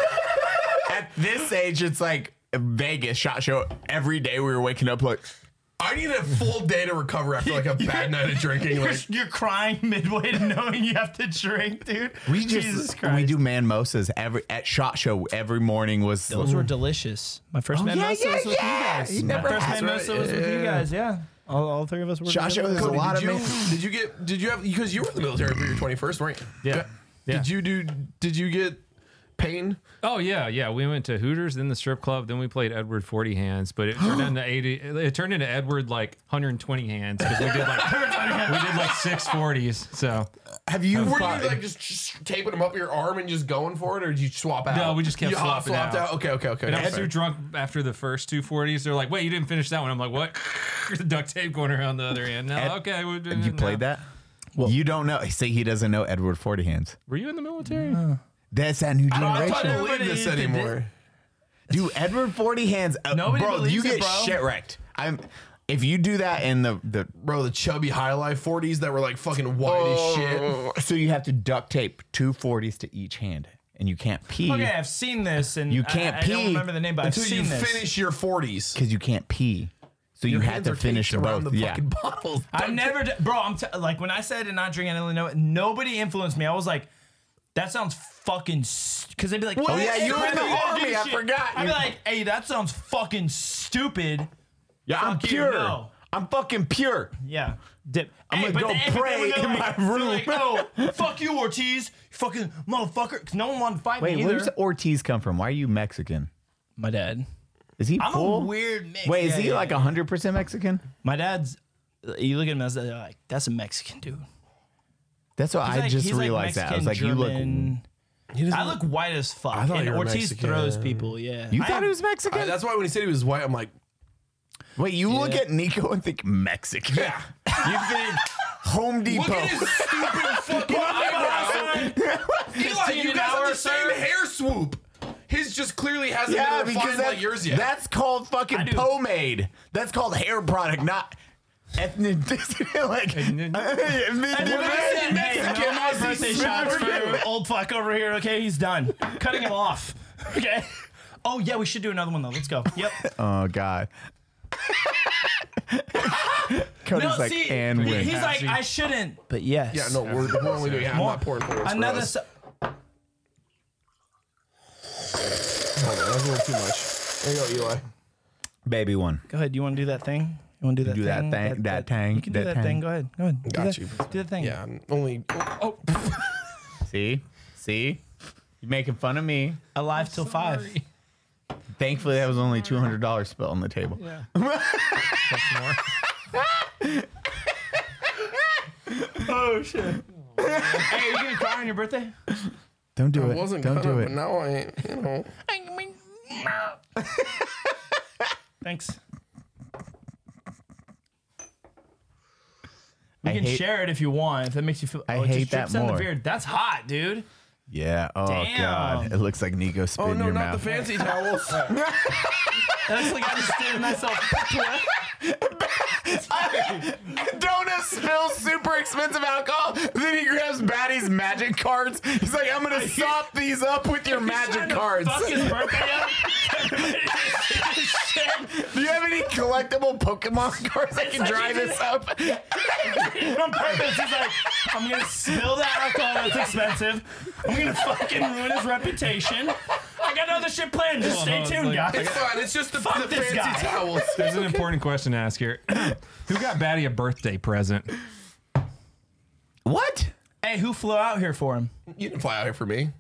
S3: At this age, it's like Vegas shot show. Every day we were waking up like,
S1: I need a full day to recover after like a bad night of drinking.
S2: You're,
S1: Like,
S2: you're crying midway to knowing you have to drink, dude.
S3: we just
S2: Jesus Christ.
S3: we do man mosas every at shot show every morning was
S2: Those were delicious. My first man
S3: yeah,
S2: mimosa
S3: yeah,
S2: was with
S3: yeah.
S2: you guys.
S3: You
S2: My
S3: never
S2: first
S3: asked,
S2: man mimosa
S3: right?
S2: was with you
S3: Yeah.
S2: guys. Yeah, all, all three of us were.
S3: shot show.
S2: together.
S3: There's a lot
S1: did
S3: of
S1: you,
S3: man-
S1: did you get? Did you have? Because you were in the military for your 21st, right?
S4: Yeah. Yeah.
S1: Did you do? Did you get pain?
S4: Oh yeah, yeah. We went to Hooters, then the strip club, then we played Edward Forty Hands, but it turned into eighty. It turned into Edward like 120 hands because we did like we did like six forties. So
S3: Have you?
S1: Were you
S3: fought-
S1: like just, just taping them up your arm and just going for it, or did you swap out?
S4: No, we just kept
S1: you hot
S4: swapping
S1: swapped
S4: out.
S1: out. Okay, okay, okay.
S4: And I
S1: That's
S4: was too
S1: fair.
S4: drunk after the first two 40s. They're like, wait, you didn't finish that one. I'm like, what? Duct tape going around the other end. No, okay. we
S3: Have you played that? you don't know. See, he doesn't know Edward Forty Hands.
S4: Were you in the military?
S3: That's that new
S1: I'm
S3: generation.
S1: not trying to believe this
S2: Everybody-
S1: anymore.
S3: Dude, Edward Forty Hands, uh,
S2: Nobody
S3: bro,
S2: believes
S3: you
S2: it,
S3: get
S2: bro.
S3: shit wrecked. I'm if you do that in the the
S1: Bro, the chubby high life 40s that were like fucking wide as shit.
S2: Oh.
S3: so you have to duct tape two 40s to each hand, and you can't pee
S2: Okay, I've seen this, and
S3: You
S2: I-
S3: can't
S2: I, don't
S3: pee
S2: remember the name, but I've
S1: Until you
S2: seen this.
S1: finish your 40s.
S3: because you can't pee. So you
S1: Your
S3: had
S1: hands
S3: to
S1: are taped
S3: finish
S1: around
S3: both.
S1: The
S3: yeah,
S1: fucking bottles.
S2: I've never, d- bro. I'm t- like when I said and not drinking, I didn't know. Nobody influenced me. I was like, that sounds fucking. Because they'd be like,
S3: Oh, yeah,
S2: hey,
S3: you were in
S2: Brandon,
S3: the
S2: you gotta do
S3: army,
S2: this
S3: I
S2: shit."
S3: forgot.
S2: I'd be
S3: You-
S2: like, hey, that sounds fucking stupid.
S3: Yeah, I'm
S2: Fuck you,
S3: pure.
S2: no.
S3: I'm fucking pure.
S2: Yeah. Dip.
S3: I'm gonna
S2: but
S3: go
S2: but
S3: pray
S2: they're
S3: in
S2: like-
S3: my
S2: they're
S3: room.
S2: Like, no, fuck you, Ortiz. You fucking motherfucker. 'Cause no one wanted to fight
S3: Wait,
S2: me
S3: where's
S2: either.
S3: Ortiz come from? Why are you Mexican?
S2: My dad.
S3: Is he
S2: I'm
S3: full?
S2: a weird mix.
S3: Wait,
S2: Yeah,
S3: is he
S2: yeah,
S3: like
S2: yeah.
S3: hundred percent Mexican?
S2: My dad's. You look at him as they're like, that's a Mexican dude.
S3: That's what
S2: He's
S3: I
S2: like-
S3: just
S2: he's like
S3: realized that. I was like,
S2: Mexican,
S3: you look.
S2: German. I look white as fuck.
S1: I thought
S2: and
S1: you were
S2: Ortiz
S1: Mexican.
S2: throws people. Yeah.
S3: You
S2: I
S3: thought
S2: am-
S3: he was Mexican?
S1: I- that's why when he said he was white, I'm like,
S3: Wait, you look at Nico and think Mexican. Yeah. you think Home Depot.
S1: look at his stupid fucking eyebrows. Eli,
S2: 15
S1: you
S2: an
S1: guys have
S2: hour,
S1: the same
S2: sir.
S1: hair swoop. His just clearly hasn't
S3: yeah,
S1: been
S3: because
S1: refined
S3: that,
S1: like yours yet.
S3: that's called fucking
S2: do.
S3: pomade. That's called hair product, not ethnicity. like,
S4: Ethnic-
S2: When I
S3: ethnicity.
S2: said, hey,
S1: Mexican, I
S2: no more
S1: see
S2: birthday
S1: super
S2: shots
S1: good.
S2: for old fuck over here. Okay, he's done. Cutting him off. Okay. Oh yeah, we should do another one though. Let's go. Yep.
S3: oh god. Cody's like, and
S2: he-
S3: win.
S2: he's like, I shouldn't. But yes.
S1: yeah, no, we're, we're only doing. I'm
S2: More-
S1: not pouring for us.
S2: Another. So-
S1: Hold on, that was a little too much. There you go, Eli.
S3: Baby one.
S2: go ahead. Do you want to do that thing? You want to do that
S3: Do that
S2: thing?
S3: thing, that thing,
S2: You can do
S3: that
S2: that thing.
S3: thing.
S2: Go ahead. Go ahead. Do
S1: Got
S2: that-
S1: you.
S2: Do the thing.
S1: Yeah, I'm only. Oh, oh.
S3: See? See? You're making fun of me.
S2: Alive till five.
S3: Thankfully, that was only two hundred dollars spilled on the table.
S4: more.
S2: hey, are you gonna cry on your birthday?
S3: Don't do
S1: I
S3: it.
S1: wasn't
S3: Don't
S1: gonna,
S3: do
S1: But
S3: it.
S1: now I ain't. You know.
S2: Thanks.
S3: I
S2: You can
S3: hate-
S2: share it if you want. If that makes you feel. oh,
S3: I
S2: it
S3: hate
S2: just drips
S3: that
S2: down the
S3: more.
S2: beard. That's hot, dude.
S3: Yeah. Oh
S2: Damn.
S3: god. It looks like Nico spit
S1: Oh
S3: in
S1: no,
S3: your
S1: not
S3: mouth.
S1: the fancy towels. I
S2: That's like I just did myself.
S3: Donut spills super expensive alcohol. Then he grabs Batty's magic cards. He's like, I'm gonna sop these up with your magic cards.
S2: Fuck his birthday up.
S3: Do you have any collectible Pokemon cards I can dry this up?
S2: on purpose. He's like, I'm gonna spill that alcohol that's expensive. I'm gonna fucking ruin his reputation. I got other shit planned. Just stay
S4: Hold on,
S2: tuned,
S4: like-
S2: guys.
S1: It's fine. It's just the,
S2: Fuck
S1: the
S2: this
S1: fancy
S2: guy.
S1: towels.
S4: There's an important question to ask here. Who got Batty a birthday present?
S3: What?
S2: Hey, who flew out here for him?
S1: You didn't fly out here for me.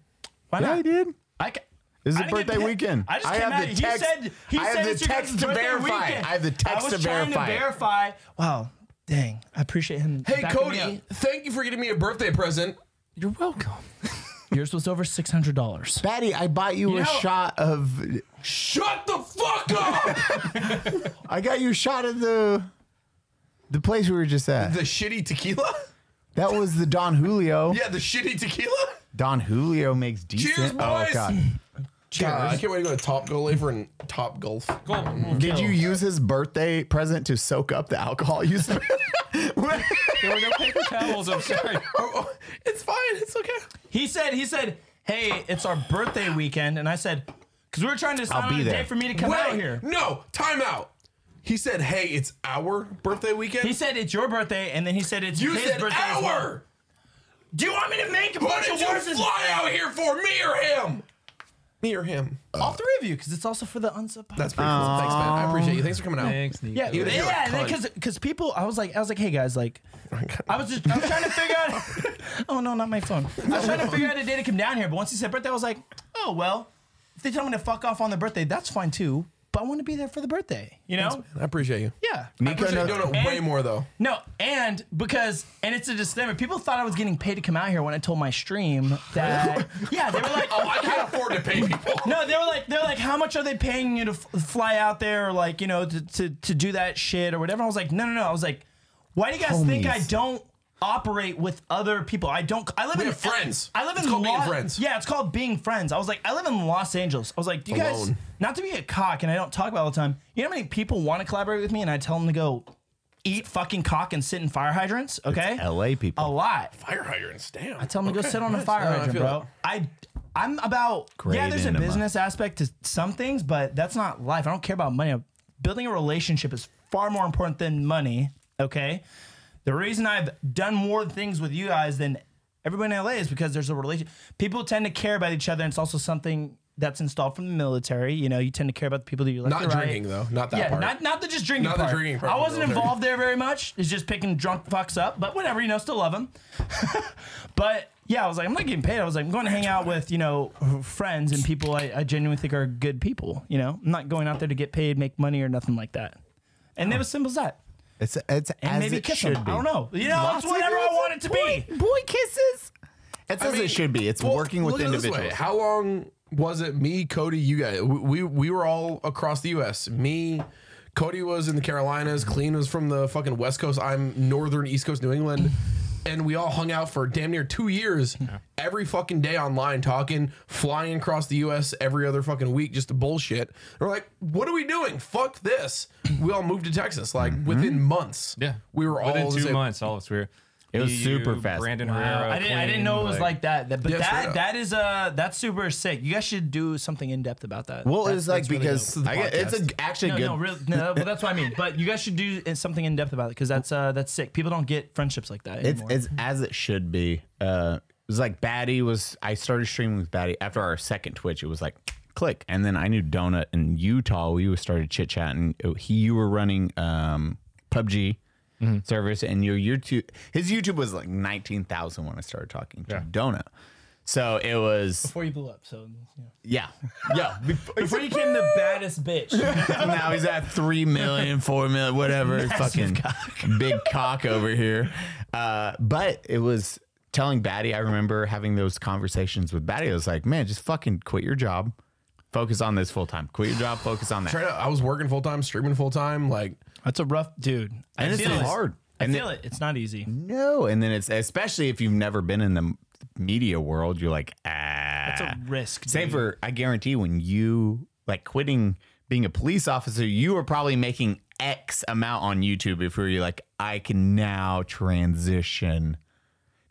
S2: Why
S3: Yeah, I
S2: not?
S3: did.
S2: I ca-
S3: This is
S2: I
S3: a
S2: didn't get
S3: birthday
S2: pi-
S3: weekend.
S2: I just
S3: I
S2: came
S3: have
S2: out.
S3: the
S2: He
S3: text-
S2: said he
S3: I have
S2: said
S3: the
S2: it's your guys'
S3: text to
S2: birthday
S3: verify.
S2: weekend.
S3: I have the text
S2: I was
S3: to
S2: trying
S3: verify it.
S2: to verify. Wow, dang, I appreciate him.
S1: Hey,
S2: backing me
S1: Cody,
S2: up.
S1: thank you for getting me a birthday present.
S4: You're welcome.
S2: yours was over six hundred dollars.
S3: Batty, I bought you, a
S2: know-
S3: shot of.
S1: Shut the fuck up!
S3: I got you a shot of the. The place we were just at.
S1: the shitty tequila?
S3: that was the Don Julio.
S1: Yeah, the shitty tequila?
S3: Don Julio makes decent.
S1: Cheers,
S3: oh
S1: boys!
S3: god.
S1: Cheers. I can't wait to go to Top Golf for an Top Golf.
S3: Did you use his birthday present to soak up the alcohol you spent?
S4: There were no paper towels. I'm sorry.
S1: it's fine. It's okay.
S2: He said, he said, hey, it's our birthday weekend, and I said, because we were trying to
S3: I'll
S2: sign on
S3: be
S2: a
S3: there.
S2: day for me to come out here.
S1: No, time out. He said, hey, it's our birthday weekend.
S2: He said it's your birthday, and then he said it's
S1: you
S2: his
S1: said
S2: birthday. as
S1: our!
S2: well. Do you want me to make a
S1: What
S2: bunch
S1: did
S2: of
S1: you
S2: words? and-
S1: fly out here for? Me or him? Me or him?
S2: All three of you, because it's also for the unsub.
S1: That's pretty cool. Thanks, man. I appreciate you. Thanks for coming out.
S4: Thanks, Nico.
S2: yeah, yeah,
S1: you're a
S2: yeah,
S1: cunt.
S2: because because people, I was like, I was like, hey guys, like, I was just, I was trying to figure out. oh no, not my phone. I was trying to figure out a day to come down here, but once he said birthday, I was like, oh well, if they tell me to fuck off on the birthday, that's fine too. But I want to be there for the birthday, you know?
S1: I appreciate you.
S2: Yeah.
S1: I appreciate you
S3: knows-
S1: doing it
S2: And-
S1: way more, though.
S2: No, and because and it's a disclaimer. People thought I was getting paid to come out here when I told my stream that. yeah, they were like,
S1: Oh, I can't afford to pay people.
S2: no, they were like, they're like, how much are they paying you to f- fly out there, or like, you know, to, to to do that shit or whatever? I was like, no, no, no. I was like, why do you guys think I
S3: Homies.
S2: don't operate with other people? I don't. I live
S1: We
S2: in
S1: have friends.
S2: I live
S1: It's
S2: in
S1: called being
S2: Los-
S1: friends.
S2: Yeah, it's called being friends. I was like, I live in Los Angeles. I was like, do you guys
S1: Alone.
S2: not to be a cock and I don't talk about it all the time. You know how many people want to collaborate with me and I tell them to go eat fucking cock and sit in fire hydrants? Okay,
S3: LA people.
S2: a lot.
S1: Fire hydrants, damn.
S2: I tell them to go sit on a fire
S1: No, I
S2: hydrant,
S1: feel
S2: bro. I I'm about yeah.
S3: Great
S2: There's a
S3: enema.
S2: business aspect to some things, but that's not life. I don't care about money. Building a relationship is far more important than money. Okay. The reason I've done more things with you guys than everyone in LA is because there's a relation. People tend to care about each other, and it's also something that's installed from the military. You know, you tend to care about the people that you left
S1: Not
S2: or right.
S1: drinking though, not that
S2: yeah,
S1: part.
S2: not not the just drinking
S1: Not the
S2: part.
S1: drinking part
S2: I
S1: of the
S2: wasn't
S1: military.
S2: involved there very much. It's just picking drunk fucks up, but whatever, you know, still love them. but yeah, I was like, I'm not getting paid. I was like, I'm going to hang out with you know friends and people I, I genuinely think are good people. You know, I'm not going out there to get paid, make money, or nothing like that. And it was simple as that.
S3: It's it's
S2: And
S3: as
S2: maybe
S3: it
S2: kiss
S3: should
S2: them.
S3: be.
S2: I don't know. You know, it's whatever I want it to be.
S3: Boy, kisses. It's as
S1: mean,
S3: it should be. It's
S1: well,
S3: working with
S1: look at it this way.
S3: individuals.
S1: How long was it? Me, Cody, you guys. We we were all across the U.S. Me, Cody was in the Carolinas. Clean was from the fucking West Coast. I'm northern East Coast, New England. And we all hung out for damn near two years, every fucking day online, talking, flying across the U.S. every other fucking week, just to bullshit. And we're like, what are we doing? Fuck this. We all moved to Texas, like within months.
S4: Mm-hmm. Yeah,
S1: we were all
S4: within
S1: the
S4: two
S1: same-
S4: months. All of us we were.
S3: It was
S4: You,
S3: super fast.
S4: Brandon
S2: Wow.
S4: Herrera.
S2: I didn't, I didn't
S4: Quinn,
S2: know it was like, that. that- But
S1: Yeah, straight
S2: that
S1: up.
S2: that is uh that's super sick. You guys should do something in depth about that.
S3: Well,
S2: That-
S3: it's like
S2: that's really
S3: because
S2: dope.
S3: I get- it's a, actually
S2: no,
S3: good.
S2: no, really, no. But that's what I mean. But you guys should do uh, something in depth about it because that's uh that's sick. People don't get friendships like that
S3: It's
S2: anymore.
S3: it's as it should be. Uh, it was like Batty was. I started streaming with Batty after our second Twitch. It was like click, and then I knew Donut in Utah. We was- started chit chatting. He you were running um, PUBG service, and your YouTube his YouTube was like nineteen thousand when I started talking to Donut. So it was
S2: before you blew up. So yeah.
S3: yeah yeah. Before,
S2: before you became the baddest bitch.
S3: now he's at three million, four million, whatever. fucking big cock over here. Uh, but it was telling Batty. I remember having those conversations with Batty. I was like, man, just fucking quit your job, focus on this full time. Quit your job, focus on that.
S1: Straight up, I was working full time, streaming full time. Like,
S2: that's a rough dude. I
S3: and it's
S2: feel it.
S3: hard.
S2: I
S3: and
S2: feel it. It's not easy.
S3: then- no, and then it's especially if you've never been in the media world, you're like, ah,
S2: It's a risk.
S3: Same
S2: dude.
S3: for I guarantee when you like quitting being a police officer, you are probably making X amount on YouTube before you're like, I can now transition.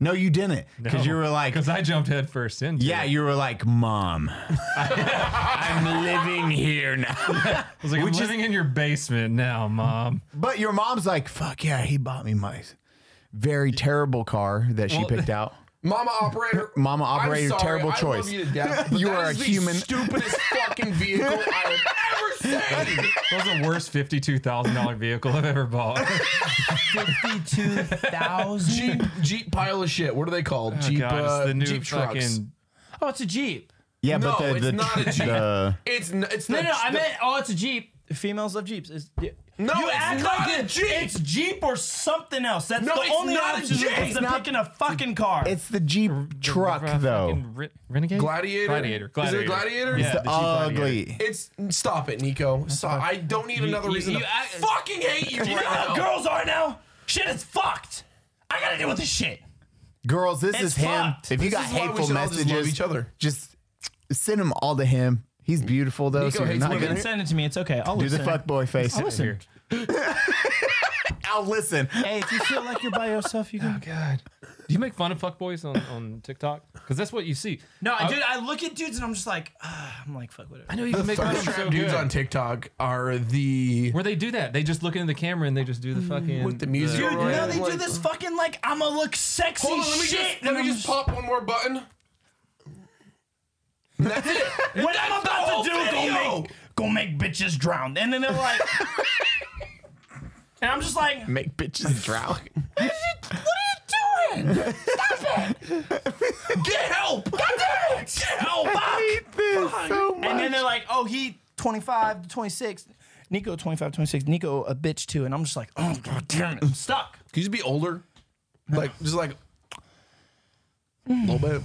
S3: No, you didn't. Because you were like,
S4: because I jumped head first into.
S3: yeah,
S4: it.
S3: you were like, Mom, I'm living here now.
S4: I was like, I'm
S3: which is-
S4: living in your basement now, mom.
S3: but your mom's like, fuck yeah, he bought me my very terrible car that she
S4: Well-
S3: picked out.
S1: Mama operator.
S3: Mama
S1: I'm
S3: operator,
S1: sorry,
S3: terrible
S1: I love
S3: choice.
S1: you to death, but
S3: You
S1: that
S3: are
S1: is
S3: a
S1: the
S3: human.
S1: Stupidest fucking vehicle I have ever seen.
S4: That was the worst fifty-two thousand dollar vehicle I've ever bought.
S2: fifty-two thousand.
S1: Jeep, Jeep pile of shit. What are they called? Jeep,
S4: God,
S1: uh,
S4: Oh, it's the new
S1: Jeep
S4: fucking.
S1: trucks.
S2: Oh, it's a jeep.
S3: Yeah,
S1: No,
S3: but the,
S1: it's
S3: the,
S1: not a Jeep.
S3: the-
S1: It's n- it's
S2: No,
S1: the,
S2: no, I
S1: the-
S2: meant oh, it's a jeep. Females love jeeps. It's,
S1: No,
S2: you
S1: it's
S2: act
S1: not
S2: like
S1: a
S2: it-
S1: Jeep.
S2: It's jeep or something else. That's
S1: No,
S2: the
S1: it's
S2: only
S1: not a
S2: option.
S1: Jeep.
S2: It's
S1: It's
S2: not picking a fucking car.
S3: it's the Jeep truck
S4: Fucking
S3: though.
S4: Re- Renegade.
S1: Gladiator.
S4: Gladiator.
S1: Is it gladiator?
S4: Yeah, the Jeep Gladiator.
S3: Ugly.
S1: It's stop it, Nico. Stop. I don't need another
S4: you-
S1: reason
S4: you
S1: to
S4: act-
S1: fucking hate you.
S2: you know
S1: right
S2: how
S1: now.
S2: girls are now. Shit is fucked. I gotta deal with this shit.
S3: Girls, this
S2: It's
S3: is him.
S2: fucked.
S3: If you
S1: This
S3: got
S1: is why we
S3: hateful
S1: should all just
S3: messages,
S1: love each other.
S3: just send them all to him. He's beautiful though,
S1: Nico
S3: so you're
S1: hates
S3: not
S1: women.
S3: gonna
S1: Here-
S2: Send it to me. It's okay. I'll
S3: do the
S2: listen.
S3: fuck boy face.
S2: I'll listen.
S3: I'll listen.
S2: Hey, if you feel like you're by yourself, you can.
S4: God. Do you make fun of fuckboys on, on TikTok? Because that's what you see.
S2: No, I, dude, I look at dudes and I'm just like, ah, I'm like, fuck whatever.
S4: I know you can make fun of them
S1: Thirst
S4: so
S1: trap dudes
S4: good.
S1: on TikTok are the
S4: Where they do that. They just look into the camera and they just do the fucking.
S1: with the music.
S2: Dude,
S1: right?
S2: no, they do
S1: Like-
S2: this fucking like I'ma look sexy
S1: Hold on, let me
S2: shit.
S1: just
S2: and
S1: let me
S2: I'm
S1: just pop one more button. That's it.
S2: What I'm about to do,
S1: video.
S2: go make, go make bitches drown. And then they're like, and I'm just like, what
S3: Make bitches drown.
S2: are you doing? Stop it! Get help! God damn it! Get help! Fuck! And then they're like, oh, he 25 to 26. Nico 25, 26. Nico a bitch too. And I'm just like, oh god damn it, I'm stuck.
S1: Can you just be older? Like just like a little bit.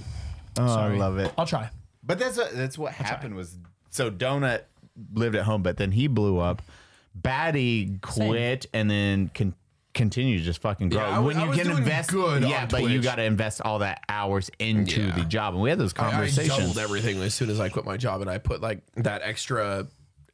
S3: Oh, I love it.
S2: I'll try.
S3: But that's what that's what happened was so Donut lived at home, but then he blew up. Batty quit and then con- continued to just fucking grow.
S1: Yeah, I wa-
S3: when
S1: I
S3: you
S1: was
S3: can
S1: doing
S3: invest,
S1: good
S3: yeah,
S1: on
S3: but you
S1: Twitch.
S3: got to invest all that hours into
S1: Yeah.
S3: the job. And we had those
S1: I
S3: conversations.
S1: doubled everything as soon as I quit my job and I put like that extra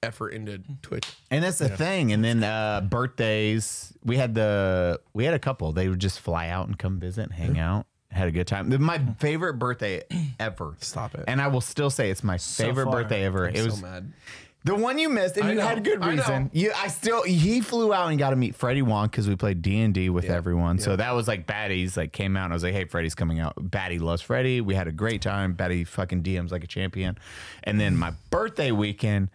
S1: effort into Twitch.
S3: And that's the thing. And then uh, birthdays, we had the we had a couple. They would just fly out and come visit, and hang out, had a good time. My favorite birthday ever.
S1: Stop it.
S3: And I will still say it's my favorite
S2: far.
S3: birthday ever. it was
S1: so mad.
S3: The one you missed, and
S1: I
S3: you
S1: know,
S3: had good
S1: I know.
S3: reason. you, I still he flew out and got to meet Freddie Wong because we played D and D with everyone. So that was like Batty's like came out and I was like, hey, Freddie's coming out. Batty loves Freddie. We had a great time. Batty fucking DMs like a champion. And then my birthday weekend,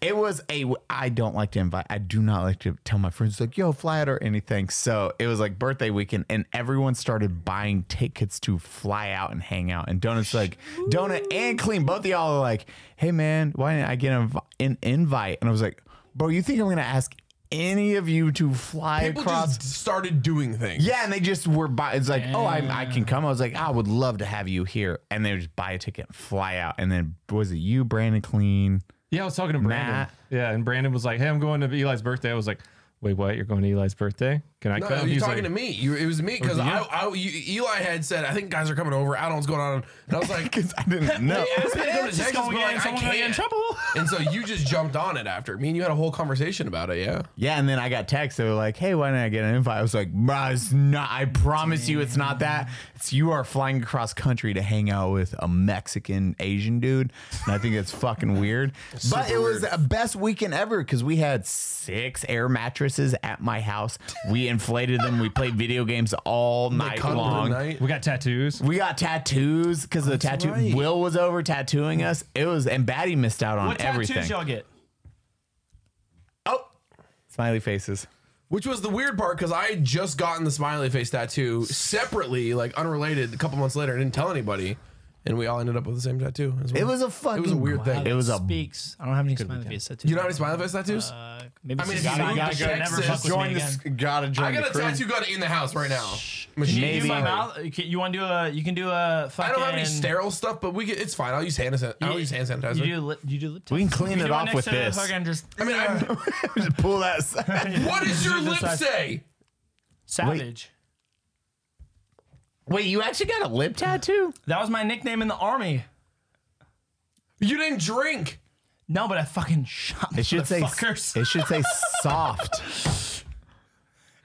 S3: it was a I don't like to invite. I do not like to tell my friends like, yo, fly out or anything. So it was like birthday weekend, and everyone started buying tickets to fly out and hang out. And Donut's like, Donut and Clean, both of y'all are like, hey man, why didn't I get an, inv- an invite? And I was like, bro, you think I'm gonna ask any of you to fly
S1: People
S3: across?
S1: just started doing things.
S3: yeah, and they just were by. It's like, oh, I, I can come. I was like, I would love to have you here, and they would just buy a ticket, and fly out, and then was it you, Brandon Clean?
S4: Yeah, I was talking to Brandon.
S3: Matt.
S4: Yeah, and Brandon was like, "Hey, I'm going to Eli's birthday." I was like, "Wait, what? You're going to Eli's birthday? Can I
S1: No,
S4: come?"
S1: you're
S4: He's
S1: talking
S4: like,
S1: to me. You, it was me because I, I, you, Eli had said, I think guys are coming over. I don't know what's going on. And I was like,
S3: Because I didn't know.
S1: asked me to go to Texas, but like, I can't.
S2: trouble.
S1: and so you just jumped on it after me and you had a whole conversation about it. Yeah.
S3: Yeah, and then I got text. They were like, "Hey, why didn't I get an invite?" I was like, "Bruh, it's not. I promise you, it's not that. It's you are flying across country to hang out with a Mexican Asian dude, and I think it's fucking weird. but it was the best weekend ever because we had six air mattresses at my house. We inflated them. We played video games all night
S1: Cuddled
S3: long.
S1: at night.
S4: We got tattoos.
S3: We got tattoos because the tattoo.
S1: right.
S3: Will was over tattooing us. It was and Batty missed out on
S2: What
S3: everything.
S2: tattoos y'all get?
S3: oh, smiley faces.
S1: Which was the weird part because I had just gotten the smiley face tattoo separately, like unrelated, a couple months later. I didn't tell anybody. And we all ended up with the same tattoo. As well.
S3: It was a fucking.
S1: weird thing.
S3: It was a
S2: speaks. I don't have any smiley face tattoos.
S1: You don't have any smiley face tattoos?
S2: Uh, maybe
S1: I mean,
S2: it's
S1: if
S2: just
S1: you
S2: gotta-
S1: moved
S2: gotta
S1: to
S2: go, never
S1: Texas,
S2: fuck with
S1: join
S2: me again.
S3: gotta join
S1: I got a tattoo gun in the house right now.
S2: Can you do
S3: Maybe.
S2: my mouth? You can- You want to do a? You can do a.
S1: I
S2: Fucking,
S1: don't have any sterile stuff, but we can, it's fine. I'll use hand san- I'll use hand sanitizer.
S2: You do. Lip, you do lip.
S3: We can
S2: tests.
S3: clean
S2: You
S3: it
S2: do
S3: off
S2: next
S3: with
S2: to the
S3: this.
S2: fucking Just
S1: I mean, I'm,
S3: Just pull that. s-
S1: what does your lip say?
S2: savage.
S3: Wait, you actually got a lip tattoo?
S2: That was my nickname in the army.
S1: You didn't drink.
S2: No, but I fucking shot.
S3: It should say.
S2: fuckers.
S3: It should say soft.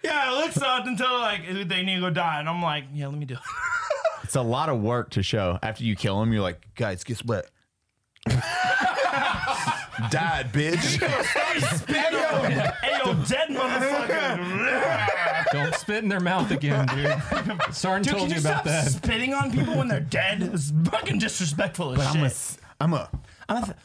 S2: Yeah, it looks soft until like they need to go die, and I'm like, yeah, let me do it.
S3: It's a lot of work to show. After you kill him, you're like, guys, guess what? Died, bitch.
S2: hey, yo, dead motherfucker!
S4: Don't spit in their mouth again, dude. Sarn
S2: Dude,
S4: told
S2: can
S4: you
S2: you
S4: about
S2: stop
S4: that.
S2: spitting on people when they're dead? It's fucking disrespectful as
S3: I'm a.
S2: shit. Oh,
S3: s- I'm a.
S2: I'm a I'm a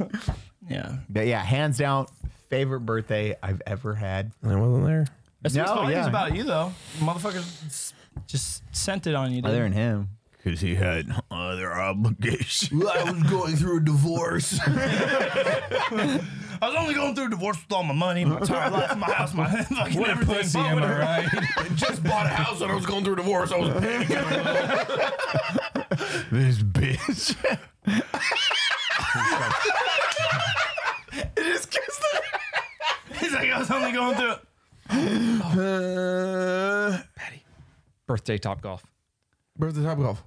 S2: savage. yeah.
S3: But yeah, hands down, favorite birthday I've ever had.
S1: I wasn't there.
S2: It
S3: No,
S2: speaks volumes
S3: yeah.
S2: about you, though. Motherfuckers s- just sent it on you.
S3: Other
S2: Dude.
S3: than him, because he had uh, other obligations.
S1: I was going through a divorce.
S2: I was only going through a divorce with all my money, my entire life, my house, my fucking
S4: What a
S2: everything.
S4: pussy,
S2: but
S4: am I
S2: whatever.
S4: right?
S1: Just bought a house and I was going through a divorce. I was panicking.
S3: This bitch.
S2: He's like, I was only going through.
S4: Birthday top golf.
S1: Birthday top golf.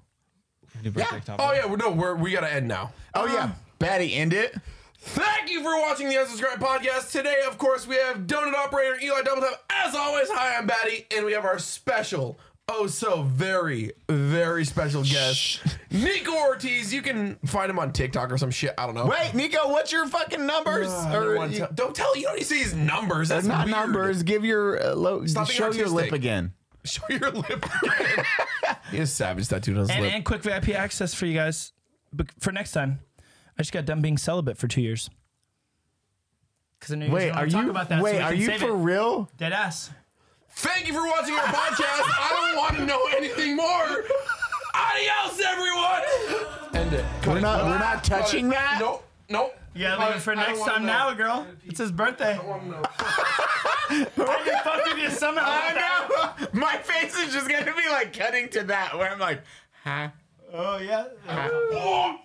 S4: Birthday top
S1: Oh yeah, we're, no, we're, we gotta end now.
S3: Oh yeah, Batty, end it.
S1: Thank you for watching the Unsubscribe podcast. Today, of course, we have Donut Operator Eli Doubletop. As always, hi, I'm Batty, and we have our special, oh so very, very special guest, Nico Ortiz. You can find him on TikTok or some shit. I don't know.
S3: Wait, Uh, Nico, what's your fucking numbers?
S1: I don't
S3: Or
S1: wanna
S3: you-
S1: tell- don't tell you don't need to see his numbers. That's
S3: not
S1: weird.
S3: numbers. Give your uh, lo-
S1: Stop being
S3: show your lip
S1: artistic.
S3: again.
S1: Show your lip. again. he has savage tattooed on his
S2: And,
S1: lip.
S2: and quick VIP access for you guys But for next time. I just got done being celibate for two years. Because I knew you
S3: Wait,
S2: guys
S3: are
S2: want to talk
S3: you?
S2: about that. so
S3: wait,
S2: we
S3: are
S2: can
S3: you
S2: save
S3: for
S2: it.
S3: real?
S2: Dead ass.
S1: Thank you for watching our podcast. I don't want to know anything more. Adios, everyone. End it. Cut
S3: We're
S1: it.
S3: not.
S1: Cut
S3: We're
S1: it.
S3: not
S1: Cut
S3: touching
S1: it.
S3: that.
S1: Nope. Nope.
S2: You gotta leave it for
S1: I don't
S2: next
S1: wanna
S2: time
S1: know.
S2: now, girl. It's his birthday.
S1: I wanna know.
S2: I can fuck with you somehow.
S3: I know. My face is just gonna be like cutting to that, where I'm like, huh?
S2: Oh, yeah.
S1: Oh.